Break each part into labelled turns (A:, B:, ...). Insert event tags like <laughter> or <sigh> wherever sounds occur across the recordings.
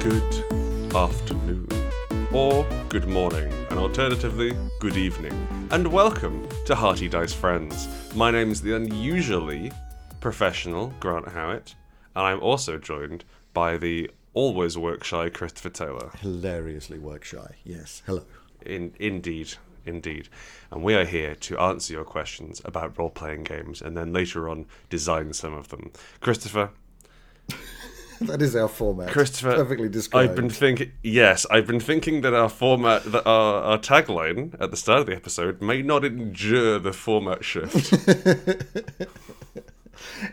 A: good afternoon or good morning, and alternatively, good evening. And welcome to Hearty Dice Friends. My name is the unusually professional Grant Howitt, and I'm also joined by the always work shy Christopher Taylor.
B: hilariously work shy. Yes, hello. <laughs>
A: In, indeed, indeed. And we are here to answer your questions about role playing games and then later on design some of them. Christopher,
B: That is our format.
A: Christopher,
B: perfectly described.
A: I've been thinking. Yes, I've been thinking that our format, that our, our tagline at the start of the episode, may not endure the format
B: <laughs>
A: shift.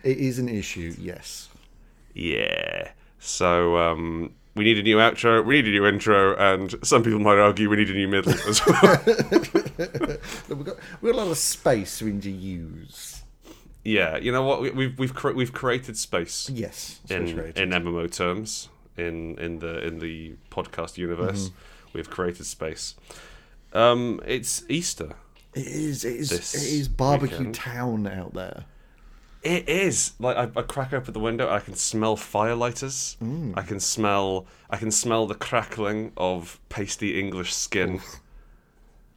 B: It is an issue. Yes.
A: yeah. So um, we need a new outro. We need a new intro, and some people might argue we need a new middle as
B: <laughs>
A: well.
B: But We've got, we've got a lot of space we need to use.
A: yeah. You know what? We, we've we've cre- we've created space.
B: Yes.
A: in
B: space rate.
A: in MMO terms in in the in the podcast universe.
B: Mm-hmm.
A: We've created space. Um, it's Easter.
B: it is. It is.
A: this
B: It is barbecue
A: weekend.
B: town out there.
A: It is like I, I crack open the window. I can smell firelighters.
B: Mm.
A: I can smell. I can smell the crackling of pasty English skin,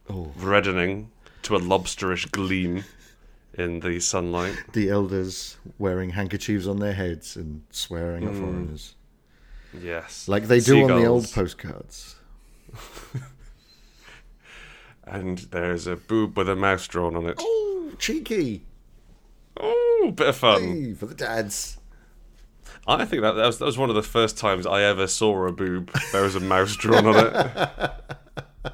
B: Oh.
A: reddening to a lobsterish gleam in the sunlight.
B: The elders wearing handkerchiefs on their heads and swearing at foreigners,
A: Yes,
B: like they do on the old
A: Hmm. Seagulls.
B: postcards.
A: And there's a boob with a mouse drawn on it.
B: Oh, cheeky!
A: Oh, bit of fun.
B: Hey, for the dads. <laughs>
A: I think that, that was that was one of the first times I ever saw a boob. There was a mouse drawn on it.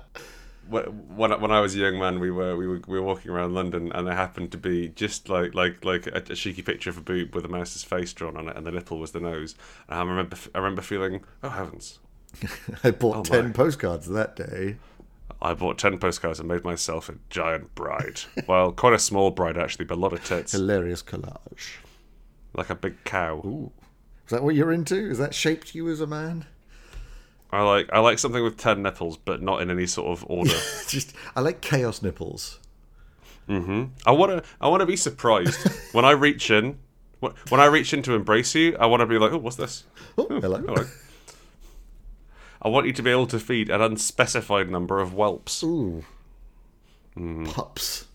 A: When, when I- when I was a young man, we were we were we were walking around London, and there happened to be just like like like a, a cheeky picture of a boob with a mouse's face drawn on it, and the nipple was the nose. And I remember I remember feeling, oh heavens!
B: I bought
A: Oh,
B: ten
A: my.
B: postcards that day.
A: I bought ten postcards and made myself a giant bride. well, quite a small bride actually, but a lot of tits,
B: Hilarious collage.
A: like a big cow.
B: Is that what you're into? Is that shaped you as a man?
A: I like I like something with ten nipples, but not in any sort of order.
B: It's <laughs> just I like chaos nipples.
A: I want to. I want to be surprised when I reach in. wh- When I reach in to embrace you, I want to be like, "Oh, what's this?"
B: Oh, hello. <laughs>
A: hello. I want you to be able to feed an unspecified number of whelps.
B: Ooh.
A: Hmm.
B: Pups.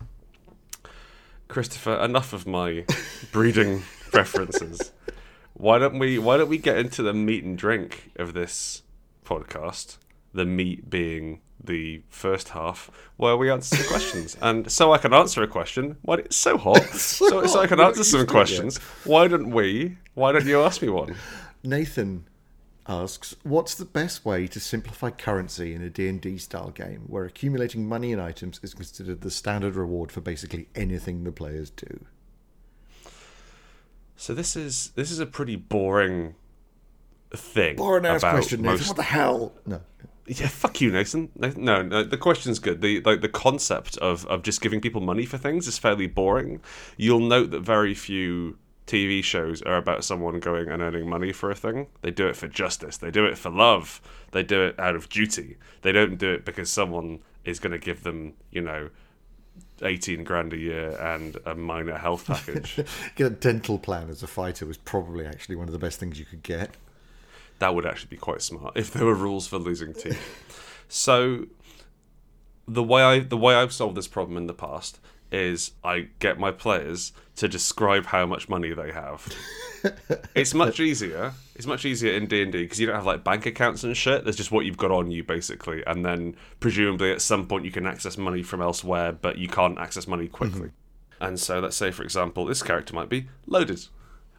A: Christopher, enough of my
B: <laughs>
A: breeding preferences. Why don't we? Why don't we get into the meat and drink of this podcast? The meat being the first half, where we answer some
B: <laughs>
A: questions, and so I can answer a question. Why it's so hot?
B: so
A: so, so I
B: hot,
A: can
B: we're not
A: answer some
B: used to it yet.
A: questions. Why don't we? Why don't you ask me one?
B: <laughs> Nathan asks, what's the best way to simplify currency in a D&D style game where accumulating money and items is considered the standard reward for basically anything the players do?
A: So this is this is a pretty boring thing.
B: Or an ass
A: about
B: question, Nathan.
A: most-
B: What the hell? No.
A: Yeah, fuck you, Nathan. Nathan- No, no, the question's good. The like the concept of of just giving people money for things is fairly boring. You'll note that very few TV shows are about someone going and earning money for a thing. They do it for justice. They do it for love. They do it out of duty. They don't do it because someone is going to give them, you know, 18 grand a year and a minor health package.
B: Get a dental plan as a fighter was probably actually one of the best things you could get. <laughs>
A: That would actually be quite smart if there were rules for losing teeth. So the way I the way I've solved this problem in the past is I get my players to describe how much money they have. it's much easier. It's much easier in D and D because you don't have like bank accounts and shit. There's just what you've got on you basically, and then presumably at some point you can access money from elsewhere, but you can't access money quickly. And so let's say for example, this character might be loaded,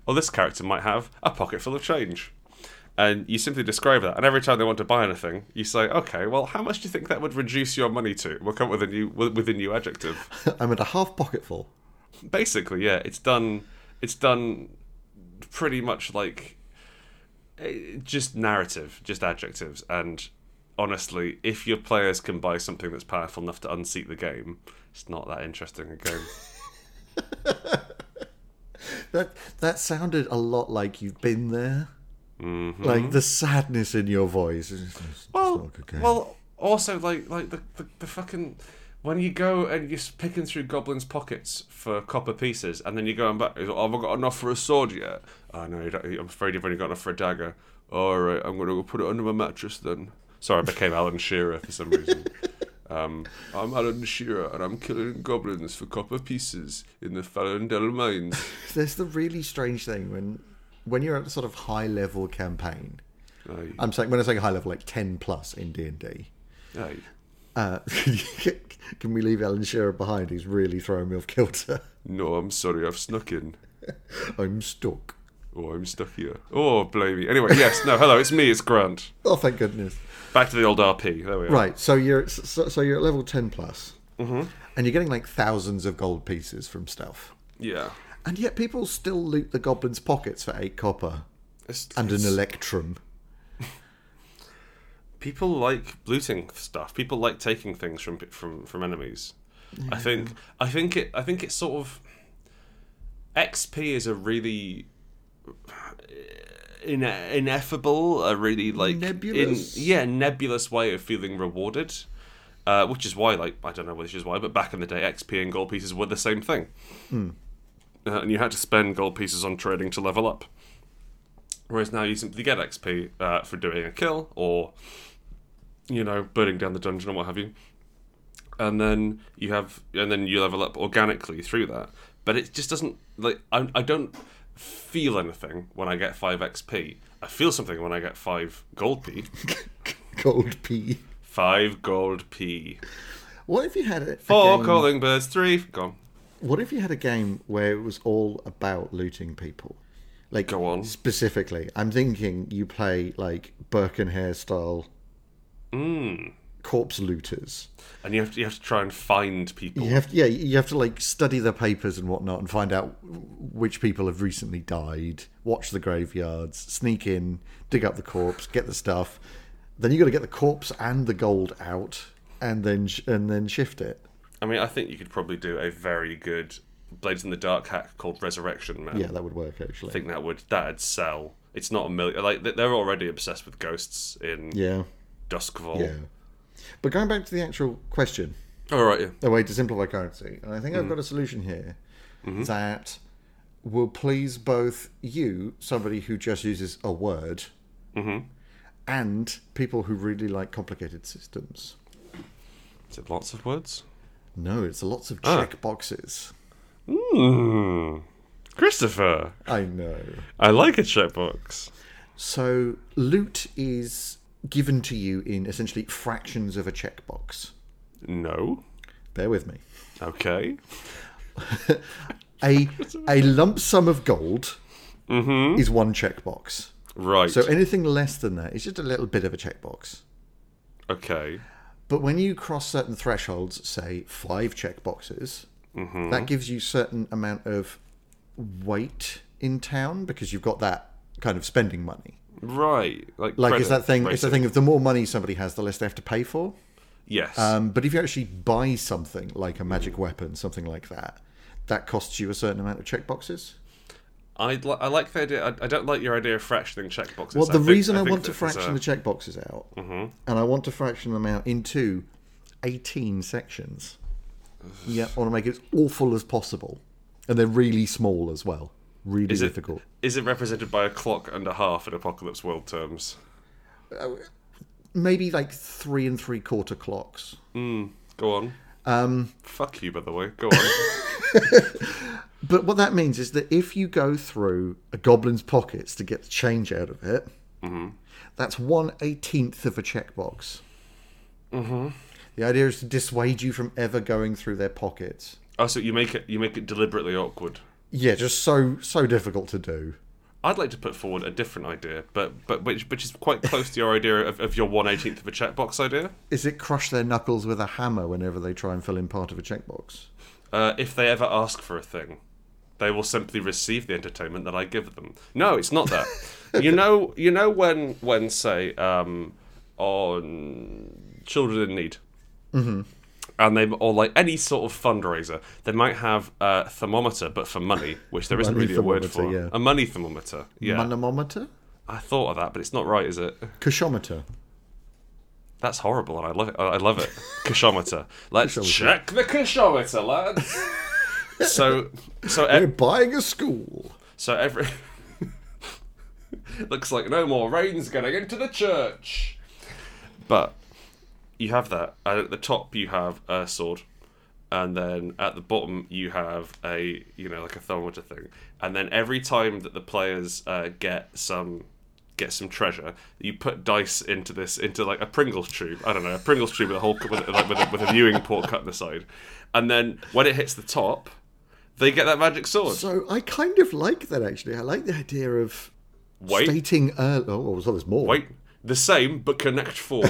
A: or this character might have a pocket full of change. And you simply describe that, and every time they want to buy anything, you say, "Okay, well, how much do you think that would reduce your money to?" We'll come up with a new with with a new adjective
B: I'm at a half pocketful.
A: basically yeah it's done it's done pretty much like eh, just narrative just adjectives and honestly if your players can buy something that's powerful enough to unseat the game it's not that interesting a game
B: That that sounded a lot like you've been there. Like the sadness in your voice. It's- it's- it's not a
A: Mm-hmm. well
B: good game.
A: well also like like the, the, the fucking when you go and you're picking through goblins' pockets for copper pieces, and then you go and back, oh, have I got enough for a sword yet? Oh no, you don't, I'm afraid you've only got enough for a dagger. all right, I'm going to go put it under my mattress then. Sorry, I became Alan Shearer for some reason. Um, I'm Alan Shearer and I'm killing goblins for copper pieces in the Fallendale mines.
B: <laughs> There's the really strange thing when when you're at a sort of high level campaign.
A: Aye,
B: I'm saying when I say high level, like ten plus in D and D. uh,
A: aye.
B: <laughs> Can we leave Alan Shearer behind? He's really throwing me off kilter. <laughs>
A: No, I'm sorry, I've snuck in.
B: I'm stuck.
A: Oh, I'm stuck here. Oh, blimey. Anyway, yes, no, hello, it's me, it's Grant.
B: Oh, thank goodness.
A: Back to the old RP. There we are.
B: Right, so you're so, so you're at level ten mm-hmm. and you're getting like thousands of gold pieces from stuff,
A: Yeah.
B: and yet people still loot the goblins' pockets for eight copper
A: It's,
B: and an
A: it's-
B: electrum. <laughs>
A: people like looting stuff. People like taking things from from from enemies. I think I think it I think it's sort of XP is a really uh, ine- ineffable, a really like in-
B: Nebulous.
A: yeah, nebulous way of feeling rewarded. Uh, which is why, like, I don't know which is why, but back in the day, XP and gold pieces were the same thing, uh, and you had to spend gold pieces on trading to level up. Whereas now you simply get XP uh, for doing a kill or, you know, burning down the dungeon or what have you. And then you have, and then you level up organically through that. But it just doesn't like I, I don't feel anything when I get five XP. I feel something when I get five gold P.
B: Gold P.
A: Five gold P.
B: What if you had a, a
A: Four
B: game-
A: calling birds. Three gone.
B: What if you had a game where it was all about looting people? Like
A: Go on.
B: specifically, I'm thinking you play like Birkenhair style
A: Hmm.
B: corpse looters.
A: And you have to you have to try and find people.
B: You have yeah, you have to like study the papers and whatnot and find out which people have recently died. Watch the graveyards, sneak in, dig up the corpse, get the stuff. Then you got to get the corpse and the gold out, and then sh- and then shift it.
A: I mean, I think you could probably do a very good Blades in the Dark hack called Resurrection Man.
B: Yeah, that would work actually.
A: I think that would that'd sell. It's not a million. Like they- they're already obsessed with ghosts in
B: yeah,
A: Duskfall.
B: yeah. But going back to the actual question,
A: All right. Yeah.
B: a way to simplify currency. And I think I've got a solution here that will please both you, somebody who just uses a word, and people who really like complicated systems.
A: Is it lots of words?
B: No, it's lots of check boxes.
A: Hmm. Christopher,
B: I know.
A: I like a checkbox.
B: So loot is given to you in essentially fractions of a checkbox.
A: No.
B: Bear with me.
A: Okay.
B: A a lump sum of gold is one checkbox.
A: Right.
B: So anything less than that is just a little bit of a checkbox.
A: okay.
B: But when you cross certain thresholds, say five checkboxes, that gives you certain amount of weight in town because you've got that kind of spending money.
A: Right. Like.
B: Like
A: credit
B: it's that thing. It's
A: rating.
B: that thing of the more money somebody has, the less they have to pay for.
A: Yes.
B: Um, but if you actually buy something like a magic weapon, something like that, that costs you a certain amount of checkboxes.
A: I li- I like the idea. I, I don't like your idea of fractioning checkboxes.
B: Well, the
A: think-
B: reason I,
A: think
B: want to
A: that there's
B: fraction
A: a- Mm-hmm.
B: the checkboxes out, and I want to fraction them out into 18 sections. Yeah, I want to make it as awful as possible. And they're really small as well. Really
A: is it,
B: difficult.
A: is it represented by a clock and a half in apocalypse world terms?
B: Maybe like three and three quarter clocks.
A: Go on. Um. Fuck you, by the way. Go
B: <laughs>
A: on.
B: But what that means is that if you go through a goblin's pockets to get the change out of it,
A: Mm-hmm.
B: that's one eighteenth of a checkbox.
A: Mm-hmm.
B: The idea is to dissuade you from ever going through their pockets.
A: Also, Oh, you make it you make it deliberately awkward.
B: Yeah, just so so difficult to do.
A: I'd like to put forward a different idea, but but which which is quite close to your idea of, of your one eighteenth of a checkbox idea.
B: Is it crush their knuckles with a hammer whenever they try and fill in part of a checkbox?
A: Uh, if they ever ask for a thing, they will simply receive the entertainment that I give them. No, it's not
B: <laughs>
A: that. you know, you know when when say um, on children in need,
B: Mm-hmm.
A: and they or like any sort of fundraiser, they might have a thermometer, but for money, which there isn't
B: Money
A: really a word for.
B: thermometer, yeah.
A: A money thermometer. Yeah,
B: Manometer?
A: I thought of that, but it's not right, is it?
B: Cushometer.
A: That's horrible, and I love it. I I love it. Kishometer. Let's check the kishometer, lads. so, so,
B: We're
A: e-
B: buying a school.
A: so every. <laughs> Looks like no more rain's getting into the church. But you have that, and at the top you have a sword, and then at the bottom you have a you know like a thermometer thing, and then every time that the players uh, get some get some treasure, you put dice into this into like a Pringles tube. I don't know a Pringles tube with a whole with, like, with, a, with a viewing port cut in the side, and then when it hits the top, they get that magic sword.
B: So I kind of like that actually. I like the idea of
A: Wait.
B: stating early. Oh, well, there's more.
A: Wait, the same but connect four.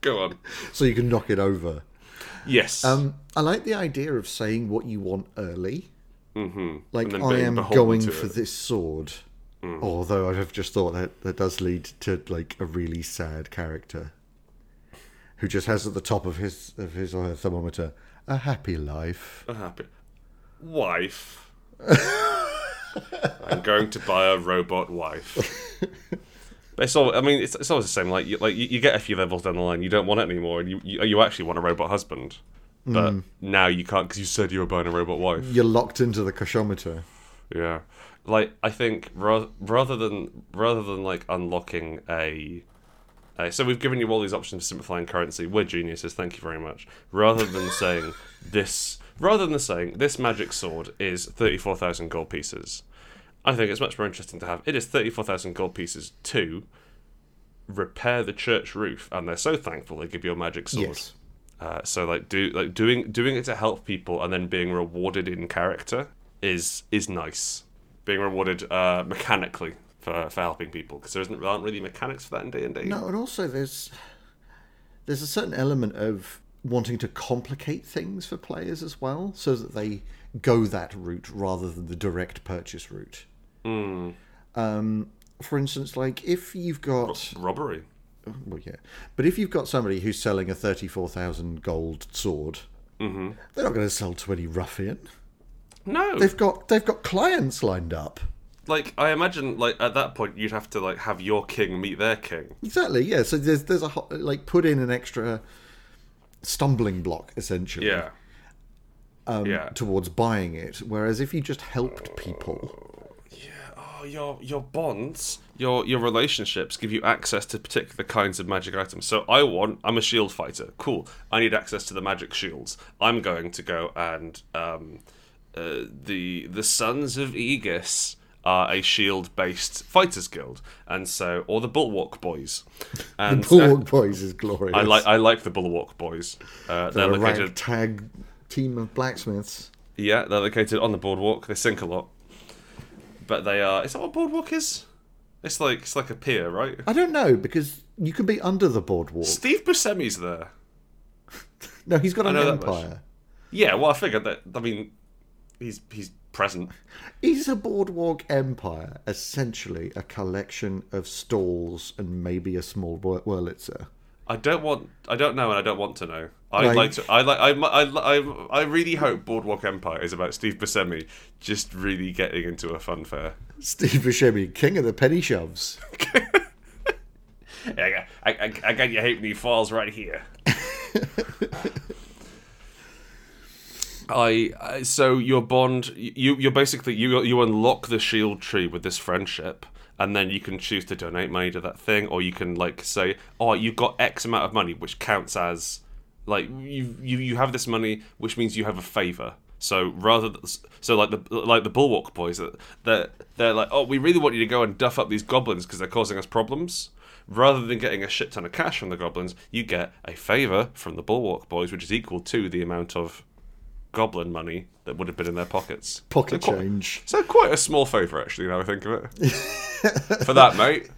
A: Go on.
B: So you can knock it over.
A: Yes.
B: Um, I like the idea of saying what you want early. Mm-hmm. Like
A: then
B: I
A: being
B: am
A: beholden
B: going
A: to
B: for
A: it. Mm-hmm.
B: this sword. Although I have just thought that that does lead to like a really sad character who just has at the top of his of his or her thermometer a happy life.
A: A happy wife. I'm going to buy a robot wife. But it's all. I mean, it's, it's always the same. Like, you, like you, you get a few levels down the line, you don't want it anymore, and you you, you actually want a robot husband, but now you can't because you said you were buying a robot wife.
B: You're locked into the koshometer.
A: Yeah, like I think ra- rather than rather than like unlocking a, a, so we've given you all these options for simplifying currency. We're geniuses, thank you very much. Rather than saying this, rather than saying this magic sword is thirty four thousand gold pieces, I think it's much more interesting to have it is thirty four thousand gold pieces to repair the church roof, and they're so thankful they give you a magic sword.
B: Yes.
A: Uh, so like do like doing doing it to help people and then being rewarded in character is is nice. Being rewarded uh, mechanically for, for helping people because there isn't there aren't really mechanics for that in D and D.
B: No, and also there's there's a certain element of wanting to complicate things for players as well, so that they go that route rather than the direct purchase route. Um, for instance, like if you've got
A: Robbery.
B: well, yeah, but if you've got somebody who's selling a thirty-four thousand gold sword, they're not going to sell to any ruffian.
A: No,
B: They've got they've got clients lined up.
A: like I imagine like at that point you'd have to like have your king meet their king.
B: Exactly. Yeah. So there's there's a ho- like put in an extra stumbling block essentially.
A: Yeah. yeah.
B: towards buying it. Whereas if you just helped people,
A: Oh, your your bonds, your your relationships give you access to particular kinds of magic items. So I want, I'm a shield fighter. Cool. I need access to the magic shields. I'm going to go and um, uh, the the Sons of Aegis are a shield based fighters guild, and so or the Bulwark Boys.
B: <laughs>
A: And
B: Bulwark Boys is glorious.
A: Uh, I like I like the Bulwark Boys. Uh, they're
B: a
A: located
B: ragtag team of blacksmiths.
A: yeah, they're located on the boardwalk. They sink a lot, but they are. Is that what boardwalk is? It's like it's like a pier, right?
B: I don't know because you can be under the boardwalk.
A: Steve Buscemi's there.
B: No, he's got an
A: know that much.
B: empire.
A: Yeah, well, I figured that. I mean, he's he's present.
B: Is a boardwalk empire essentially a collection of stalls and maybe a small wur- Wurlitzer?
A: I don't want. I don't know, and I don't want to know. I
B: Right.
A: would like to. I like. I, mu- I. li- I. I really hope Boardwalk Empire is about Steve Buscemi just really getting into a fun fair.
B: Steve Buscemi, king of the penny shoves.
A: I got, I, I, I got your halfpenny falls right here. I, I so your bond you you're basically you you unlock the shield tree with this friendship and then you can choose to donate money to that thing or you can like say oh you've got x amount of money which counts as like you you you have this money which means you have a favor so rather th- so like the like the bulwark boys that they're, they're like oh we really want you to go and duff up these goblins because they're causing us problems rather than getting a shit ton of cash from the goblins you get a favor from the bulwark boys which is equal to the amount of goblin money that would have been in their pockets.
B: Pocket
A: so quite,
B: change.
A: So quite a small favour, actually. Now I think of it. For
B: <laughs>
A: that, mate,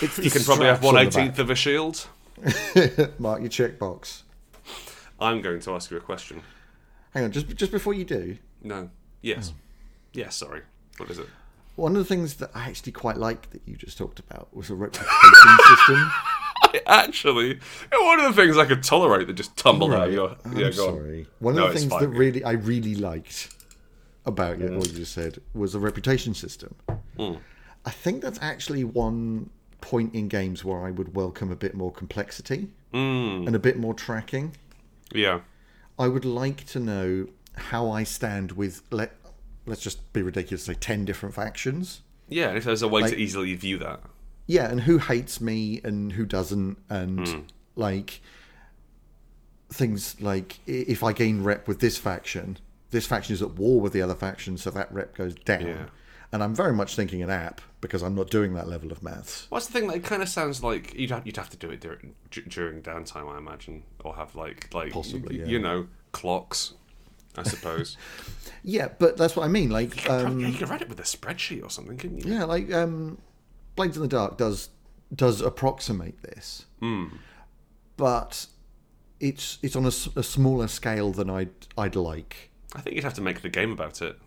B: It's
A: you
B: the
A: can probably have
B: straps
A: one
B: on the
A: eighteenth of a shield.
B: back. Mark your checkbox.
A: I'm going to ask you a question.
B: Hang on, just just before you do,
A: No. Yes.
B: Hmm.
A: Yes. Sorry. What is it?
B: One of the things that I actually quite liked that you just talked about was
A: <laughs>
B: a reputation system.
A: I actually, one of the things I could tolerate that just tumbled out of your.
B: I'm
A: yeah, go on.
B: sorry. One of
A: No,
B: the
A: it's
B: things
A: fine. Mm.
B: that really I really liked about it, what you just said, was a reputation system. I think that's actually one point in games where I would welcome a bit more complexity
A: Mm.
B: and a bit more tracking.
A: Yeah.
B: I would like to know how I stand with let let's just be ridiculous, say 10 different factions.
A: Yeah, if there's a way to easily view that.
B: Yeah, and who hates me and who doesn't, and like things like i- if I gain rep with this faction, this faction is at war with the other faction, so that rep goes down.
A: Yeah.
B: And I'm very much thinking an app because I'm not doing that level of maths.
A: What's the thing that it kind of sounds like you'd have, you'd have to do it dur- d- during downtime, I imagine, or have like like
B: Possibly,
A: y-
B: yeah.
A: you know clocks, I suppose.
B: Yeah, but that's what I mean. Like, <laughs> um,
A: Probably- you could write it with a spreadsheet or something, couldn't you?
B: Yeah, like um, Blades in the Dark does does approximate this, but it's it's on a, s- a smaller scale than I'd I'd like.
A: I think you'd have to make the game about it.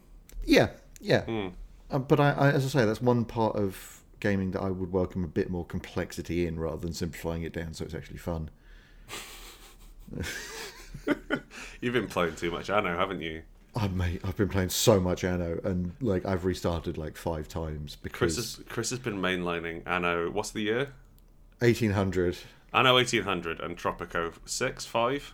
B: Yeah, yeah. Um, but I, I, as I say, that's one part of gaming that I would welcome a bit more complexity in, rather than simplifying it down so it's actually fun.
A: You've been playing too much I know, haven't you?
B: Oh, mate, I've been playing so much Anno, and like I've restarted like five times
A: Chris
B: because
A: has, Chris has been mainlining Anno. What's the year?
B: eighteen hundred
A: Anno eighteen hundred and Tropico six five.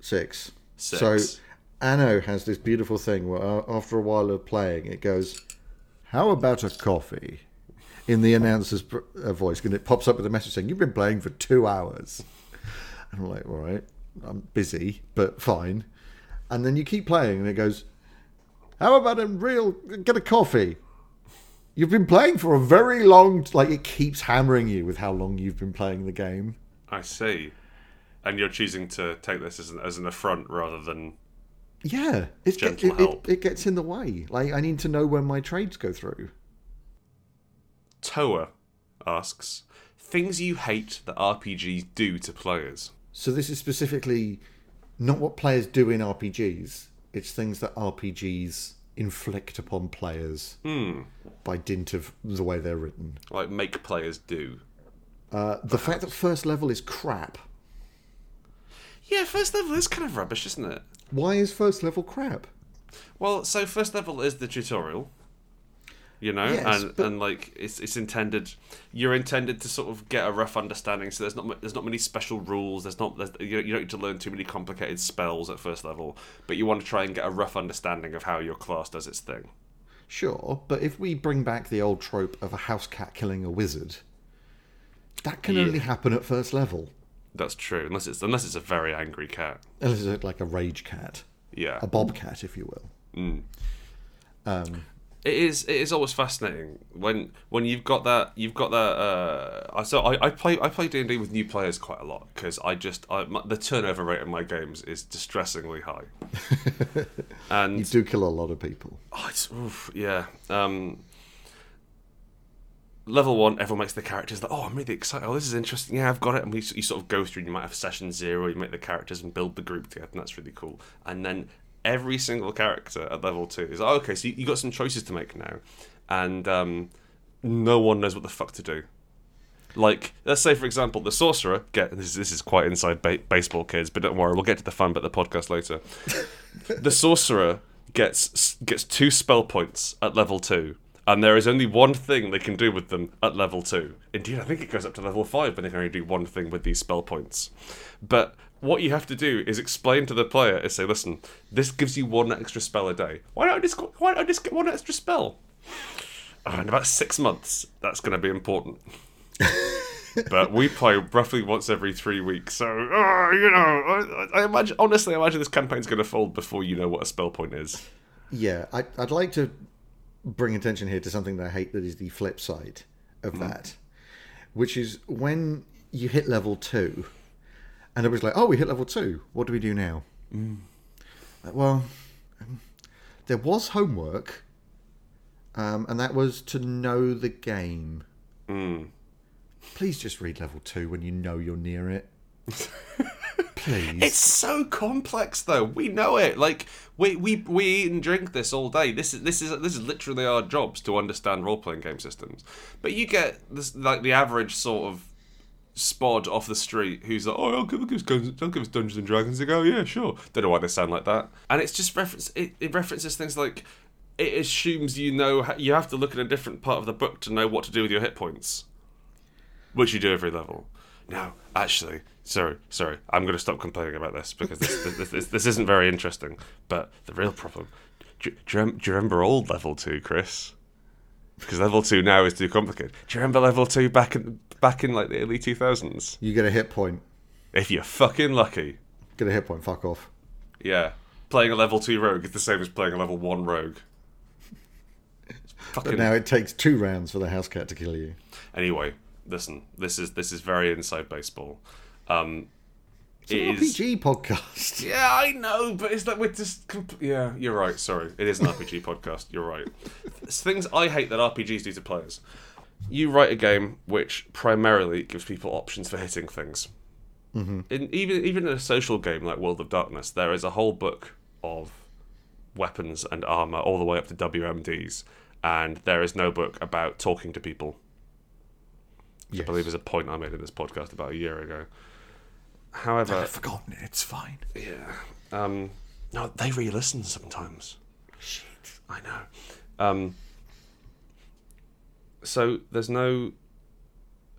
B: six.
A: Six.
B: So Anno has this beautiful thing where uh, after a while of playing, it goes, "How about a coffee?" in the announcer's pr- uh, voice, and it pops up with a message saying, "You've been playing for two hours." And I'm like, "All right, I'm busy, but fine." And then you keep playing, and it goes, "How about a real get a coffee?" You've been playing for a very long, t- like it keeps hammering you with how long you've been playing the game.
A: I see. And you're choosing to take this as an, as an affront rather than
B: Yeah, it's get,
A: Gentle
B: it, it,
A: help.
B: it gets in the way. Like I need to know when my trades go through.
A: Toa asks things you hate that RPGs do to players.
B: So this is specifically not what players do in RPGs. It's things that RPGs inflict upon players by dint of the way they're written.
A: Like make players do.
B: Uh, the fact that first level is crap.
A: Yeah, first level is kind of rubbish, isn't it?
B: Why is first level crap?
A: Well, so first level is the tutorial. You know,
B: Yes,
A: and,
B: but-
A: and like it's it's intended, you're intended to sort of get a rough understanding. So there's not mu- there's not many special rules. There's not there's, you, you don't need to learn too many complicated spells at first level, but you want to try and get a rough understanding of how your class does its thing.
B: Sure, but if we bring back the old trope of a house cat killing a wizard, that can only happen at first level,
A: That's true, unless it's unless it's a very angry cat.
B: unless it's like a rage cat,
A: Yeah,
B: a bobcat, if you will.
A: it is it is always fascinating when when you've got that you've got that uh I- so i, I play i play d&d with new players quite a lot because i just I, my, the turnover rate in my games is distressingly high and
B: You do kill a lot of people.
A: Oh, it's, oof, yeah. Um, level one, everyone makes the characters like, oh, I'm really excited. Oh, this is interesting. Yeah, I've got it. And we, you sort of go through and you might have session zero, you make the characters and build the group together, and that's really cool. And then every single character at level two is, oh, okay, so you, you got some choices to make now. And um, no one knows what the fuck to do. Like, let's say, for example, the sorcerer. Get this. This is quite inside ba- baseball, kids. But don't worry, we'll get to the fun bit of the podcast later. the sorcerer gets gets two spell points at level two, and there is only one thing they can do with them at level two. Indeed, I think it goes up to level five, but they can only do one thing with these spell points. But what you have to do is explain to the player is say, listen, this gives you one extra spell a day. Why don't I just why don't I just get one extra spell? Oh, in about six months, that's going to be important but we play roughly once every three weeks. So, uh, you know, I, I imagine, honestly, I imagine this campaign's going to fold before you know what a spell point is.
B: Yeah, I, I'd like to bring attention here to something that I hate that is the flip side of that, which is when you hit level two, and everybody's like, oh, we hit level two. What do we do now? Mm. Like, well, um, there was homework, um, and that was to know the game. Mm. Please just read level two when you know you're near <laughs> it. Please.
A: It's so complex, though. We know it. Like we we we eat and drink this all day. This is this is this is literally our jobs to understand role playing game systems. But you get this like the average sort of spod off the street who's like, oh, I'll give, give us Guns- I'll give us Dungeons and Dragons a go. Yeah, sure. Don't know why they sound like that. And it's just reference. It, it references things like it assumes you know how- you have to look at a different part of the book to know what to do with your hit points which you do every level. No, actually, sorry, sorry, I'm going to stop complaining about this because this this, this, this isn't very interesting. But the real problem, Do, do you, rem- do you remember old level two, Chris? Because level two now is too complicated. Do you remember level two back in back in like the early two thousands?
B: You get a hit point.
A: If you're fucking lucky,
B: Get a hit point. Fuck off.
A: yeah. Playing a level two rogue is the same as playing a level one rogue. It's
B: But
A: fucking
B: now it takes two rounds for the house cat to kill you.
A: anyway. Listen, this is this is very inside baseball. Um,
B: It's an
A: it is-
B: RPG podcast.
A: <laughs> Yeah, I know, but it's like we're just. Comp- yeah, you're right. Sorry, it is an RPG <laughs> podcast. You're right. It's things I hate that RPGs do to players. You write a game which primarily gives people options for hitting things. Mm-hmm. In, even even in a social game like World of Darkness, there is a whole book of weapons and armor, all the way up to WMDs, and there is no book about talking to people.
B: Yes.
A: I believe is a point I made in this podcast about a year ago. However,
B: I've forgotten it. It's fine.
A: yeah. Um, no, they re-listen sometimes. Shit. I know. Um, so there's no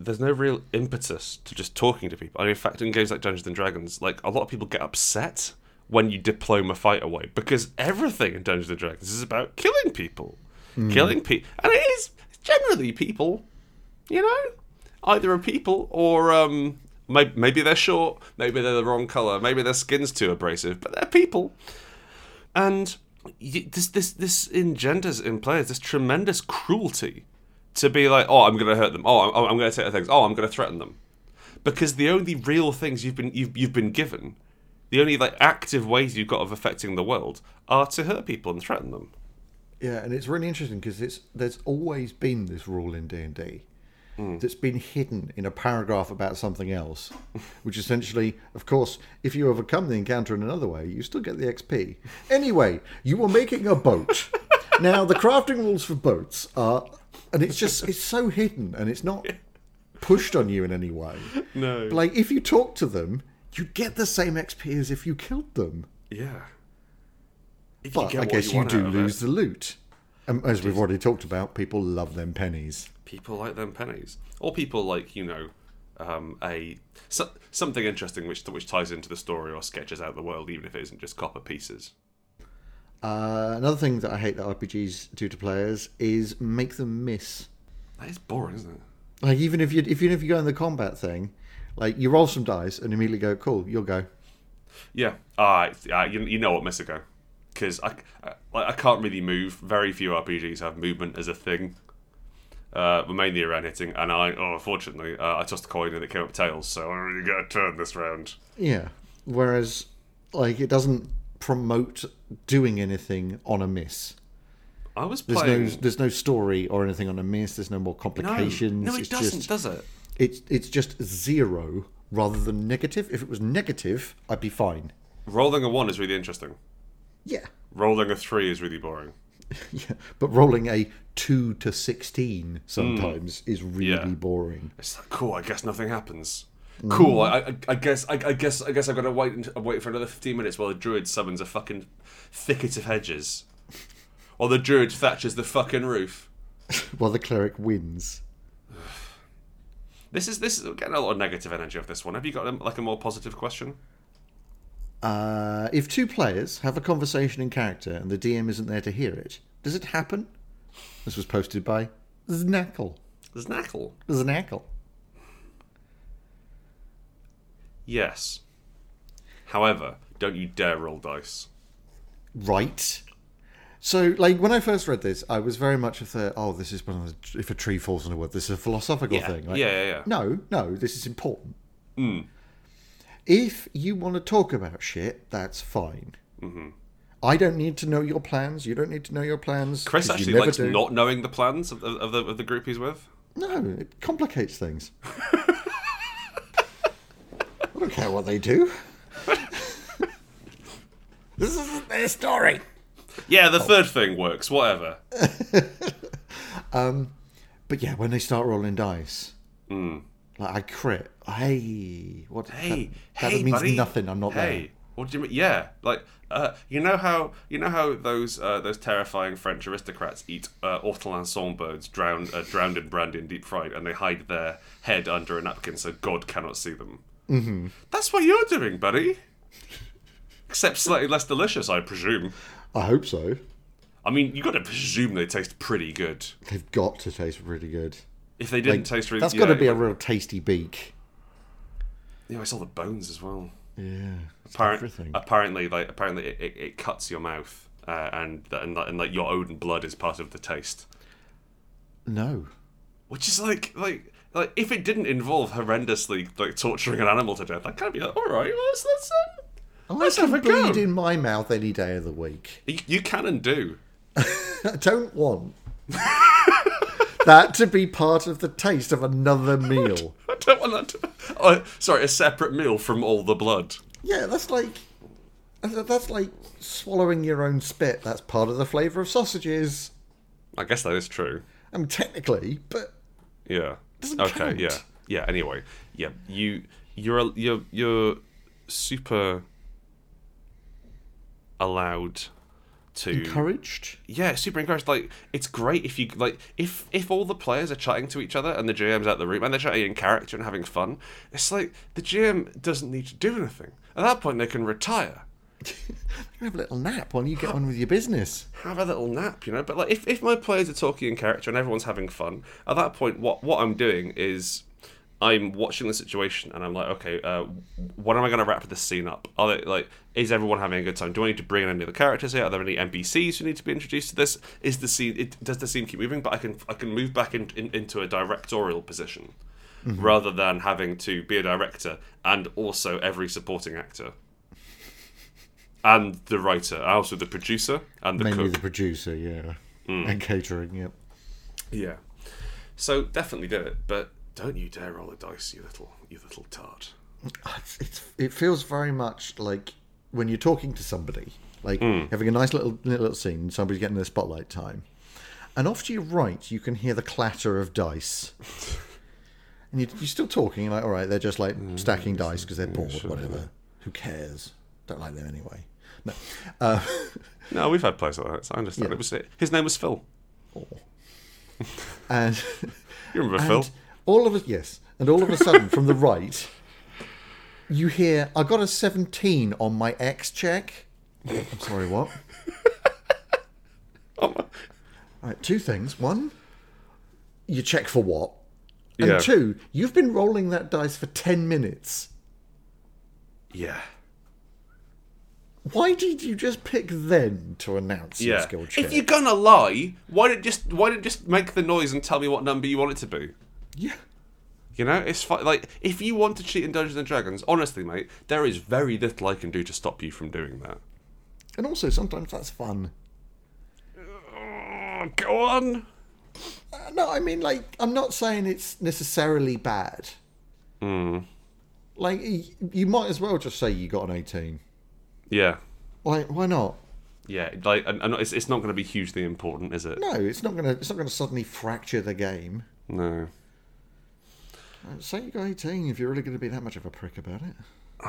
A: there's no real impetus to just talking to people. And in fact, in games like Dungeons and Dragons, like a lot of people get upset when you diploma fight away because everything in Dungeons and Dragons is about killing people, killing people, and it is generally people. You know, either are people or um, maybe, maybe they're short, maybe they're the wrong color, maybe their skin's too abrasive, but they're people and y this this this engenders in players this tremendous cruelty to be like, oh, I'm going to hurt them. Oh, I'm, I'm going to take their things. Oh, I'm going to threaten them, because the only real things you've been you've, you've been given, the only like active ways you've got of affecting the world are to hurt people and threaten them.
B: Yeah, and it's really interesting because it's there's always been this rule in D and D that's been hidden in a paragraph about something else, <laughs> which essentially, of course, if you overcome the encounter in another way, you still get the XP. Anyway, you were making a boat. now the crafting rules for boats are, and it's just it's so hidden and it's not pushed on you in any way.
A: No.
B: But, like if you talk to them, you get the same XP as if you killed them.
A: Yeah. If
B: But
A: get
B: I
A: what
B: guess you,
A: want
B: do
A: out of it.
B: lose the loot. Um, as we've already talked about, people love them pennies.
A: people like them pennies, or people like you know um, a so, something interesting which which ties into the story or sketches out the world, even if it isn't just copper pieces.
B: Uh, another thing that I hate that RPGs do to players is make them miss.
A: That is boring, isn't it?
B: Like even if you if you if you go in the combat thing, like you roll some dice and immediately go, cool, you'll go.
A: Yeah, uh, uh, you, you know what, miss a go, because I, I like, I can't really move. Very few RPGs have movement as a thing. Uh, but mainly around hitting, and I, oh, unfortunately, uh, I tossed a coin and it came up tails, so I really got a turn this round.
B: Yeah. Whereas, like it doesn't promote doing anything on a miss.
A: I was
B: There's
A: playing.
B: no there's no story or anything on a miss. There's no more complications.
A: no, no,
B: it's
A: it doesn't,
B: Just,
A: does it?
B: it's it's just zero rather than negative. If it was negative, I'd be fine.
A: Rolling a one is really interesting.
B: Yeah.
A: Rolling a three is really boring.
B: <laughs> Yeah. But rolling a two to sixteen sometimes is really
A: Hmm. Yeah.
B: boring.
A: It's like cool. I guess nothing happens. Cool.
B: Mm.
A: I, I, I guess. I, I guess. I guess I've got to wait. and- Wait for another fifteen minutes while the druid summons a fucking thicket of hedges, or the druid thatches the fucking roof.
B: Well, the cleric wins.
A: This is this is I'm getting a lot of negative energy off this one. Have you got um, like a more positive question?
B: Uh, if two players have a conversation in character and the DM isn't there to hear it, does it happen? This was posted by Znackle.
A: There's knackle.
B: Znackle.
A: Yes. However, don't you dare roll dice.
B: Right. So, like, when I first read this, I was very much of the, oh, this is one of the, if a tree falls in a wood, this is a philosophical
A: Yeah.
B: thing.
A: Yeah.
B: Like,
A: Yeah. Yeah.
B: No, no, this is important.
A: Mm.
B: If you want to talk about shit, that's fine.
A: Mm-hmm.
B: I don't need to know your plans. You don't need to know your plans.
A: Chris
B: 'cause you
A: actually
B: never
A: likes
B: do.
A: not knowing the plans of, of, of the of the group he's with.
B: No, it complicates
A: <laughs>
B: things. I don't care what
A: <laughs>
B: they do. this isn't their story.
A: Yeah,
B: Oh.
A: the third thing works.
B: <laughs>
A: Whatever.
B: But yeah, when they start rolling dice, like I crit. Hey, what?
A: Mm. hey,
B: that,
A: hey,
B: that means
A: buddy.
B: nothing. I'm not
A: hey, what do you mean? Yeah, like uh, you know how you know how those uh, those terrifying French aristocrats eat uh, ortolan songbirds drowned uh, drowned in brandy and deep fried, and they hide their head under a napkin so God cannot see them. Mm-hmm. That's what you're doing, buddy. Except slightly less delicious, I presume.
B: there. I hope so.
A: I mean, you got to presume they taste pretty good.
B: They've got to taste pretty good.
A: If they didn't taste really,
B: That's
A: yeah,
B: got to be
A: it
B: a
A: would-
B: real tasty beak.
A: Yeah, I saw the bones as well.
B: Yeah. it's
A: Apparent,
B: everything.
A: apparently, like apparently, it, it, it cuts your mouth, uh, and and like, and like your own blood is part of the taste,
B: no.
A: which is like like like if it didn't involve horrendously like torturing an animal to death, I'd kind of be like, all right, well, let's let's. Uh,
B: I
A: Let's
B: can
A: have a go.
B: bleed in my mouth any day of the week.
A: you, you can and do. <laughs>
B: I don't want <laughs> that to be part of the taste of another meal.
A: I don't want that. To, oh, sorry, a separate meal from all the blood.
B: Yeah, that's like that's like swallowing your own spit. That's part of the flavour of sausages.
A: I guess that is true.
B: I mean, technically, but
A: Yeah.
B: Doesn't
A: okay.
B: count.
A: Yeah. Yeah. Anyway. Yeah. You. You're. a- You're. You're super allowed to.
B: encouraged.
A: yeah. Super encouraged. Like it's great if you like if if all the players are chatting to each other and the GM's out the room and they're chatting in character and having fun. It's like the GM doesn't need to do anything. At that point, they can retire.
B: Have a little nap while you get on with your business.
A: have a little nap, you know. But like, if, if my players are talking in character and everyone's having fun, at that point, what what I'm doing is I'm watching the situation and I'm like, okay, uh, when am I going to wrap this scene up? Are they, like, is everyone having a good time? Do I need to bring in any other characters here? Are there any NPCs who need to be introduced to this? Is the scene? It, does the scene keep moving? But I can I can move back in, in, into a directorial position. Rather than having to be a director and also every supporting actor and the writer, and also the producer and the
B: Mainly
A: cook. Mm.
B: the producer, yeah, and catering. Yep.
A: Yeah. So definitely do it, but don't you dare roll a dice, you little you little tart.
B: Oh, It's, it's it feels very much like when you're talking to somebody, like having a nice little little scene. Somebody's getting their spotlight time, and off to your right, you can hear the clatter of dice. And you're, you're still talking, you're like, all right, they're just like stacking dice because they're bored, whatever. Who cares? Don't like them anyway. No. Uh, <laughs>
A: No, we've had players like that. So I understand. It was it. His name was Phil.
B: and
A: You remember Phil?
B: and all of us, yes, and all of a sudden from the right, you hear, I got a 17 on my X check. I'm sorry, what?
A: Oh, my-
B: Right, two things. One, you check for what? And
A: yeah.
B: two, you've been rolling that dice for 10 minutes.
A: Yeah.
B: Why did you just pick then to announce your
A: Yeah.
B: skill check?
A: If you're gonna lie, why don't just why don't just make the noise and tell me what number you want it to be?
B: Yeah.
A: You know, it's fi- like if you want to cheat in Dungeons and Dragons, honestly, mate, there is very little I can do to stop you from doing that.
B: And also, sometimes that's fun.
A: Oh, go on.
B: Uh, No, I mean, like, I'm not saying it's necessarily bad.
A: Hmm.
B: Like, y- you might as well just say you got an 18.
A: Yeah.
B: Like, why not?
A: Yeah, like, and, and it's, it's not going to be hugely important, is it?
B: No, it's not gonna. It's not gonna suddenly fracture the game.
A: no.
B: Uh, Say you got 18 if you're really gonna be that much of a prick about it.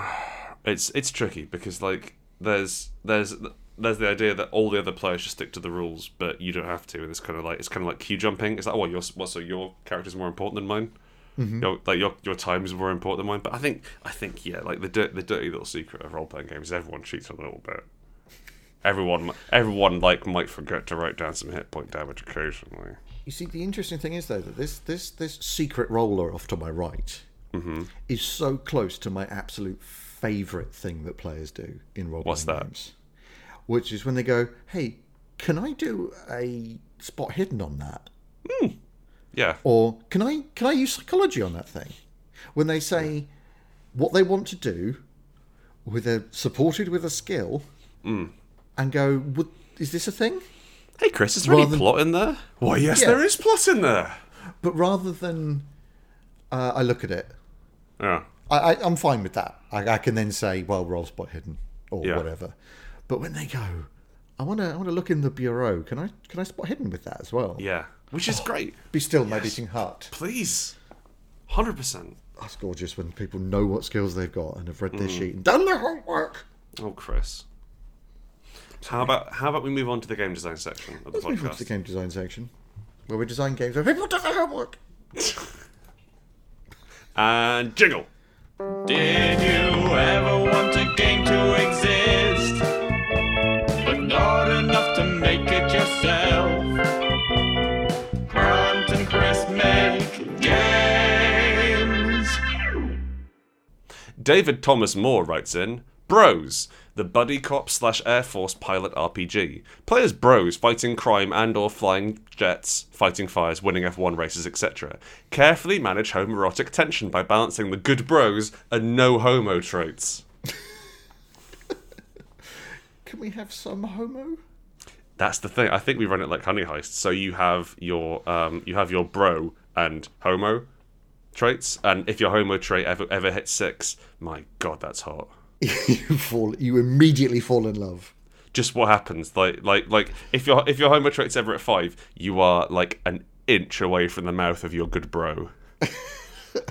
A: it's it's tricky because like there's there's there's the idea that all the other players should stick to the rules, but you don't have to. And it's kind of like it's kind of like queue jumping. It's like, oh, your what? So your character's more important than mine. Your, like your your time is more important than mine. But I think I think yeah, like the dirt, the dirty little secret of role playing games is everyone cheats a little bit. Everyone everyone like might forget to write down some hit point damage occasionally.
B: You see, the interesting thing is though that this this this secret roller off to my right
A: Mm-hmm.
B: is so close to my absolute favourite thing that players do in role
A: What's that?
B: games, which is when they go, "Hey, can I do a spot hidden on that?"
A: Yeah,
B: or can I can I use psychology on that thing? When they say what they want to do, with a supported with a skill,
A: Mm.
B: and go, "Would- is this a thing?
A: Hey Chris, is there any
B: Rather than-
A: plot in there? Why yes,
B: Yeah.
A: there is plot in there.
B: But rather than uh, I look at it,
A: Yeah,
B: I, I, I'm fine with that. I, I can then say, well, roll spot hidden or
A: Yeah.
B: whatever. But when they go, I want to I want to look in the bureau. Can I can I spot hidden with that as well?
A: yeah, which is great.
B: Be still, my beating heart.
A: Please. 100%.
B: That's gorgeous when people know what skills they've got and have read
A: Mm.
B: their sheet and done their homework.
A: Oh, Chris. How about how about we move on to the game design section of the
B: Let's move on to the
A: podcast?
B: game design section, where we design games where people do their homework.
A: And jingle.
C: Did you ever want a game to exist? But not enough to make it your
A: David Thomas Moore writes in Bros, the buddy cop slash Air Force pilot RPG. Players bros fighting crime and or flying jets, fighting fires, winning F1 races, etc. Carefully manage homoerotic tension by balancing the good bros and no homo traits.
B: Can we have some homo? <laughs>
A: That's the thing. I think we run it like Honey Heist. So you have your um, you have your bro and homo traits, and if your homo trait ever ever hits six, my god, that's hot.
B: you fall. You immediately fall in love.
A: Just what happens? Like like like if your if your homo trait's ever at five, you are like an inch away from the mouth of your good bro.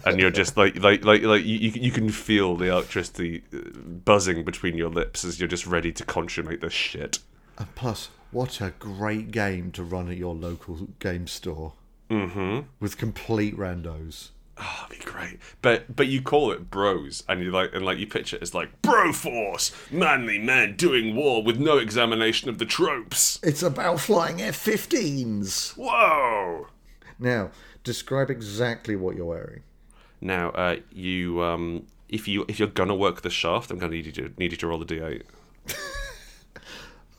A: And you're just like like like like you you you can feel the electricity uh, buzzing between your lips as you're just ready to consummate this shit.
B: And plus, what a great game to run at your local game store. Mm-hmm. With complete randos.
A: Oh, that'd be great. But but you call it bros, and you like and like you picture it as like bro force, manly men doing war with no examination of the tropes.
B: It's about flying F-15s.
A: Whoa!
B: Now, describe exactly what you're wearing.
A: Now, uh, you um, if you if you're gonna work the shaft, I'm gonna need you to need you to roll the
B: <laughs>
A: d8.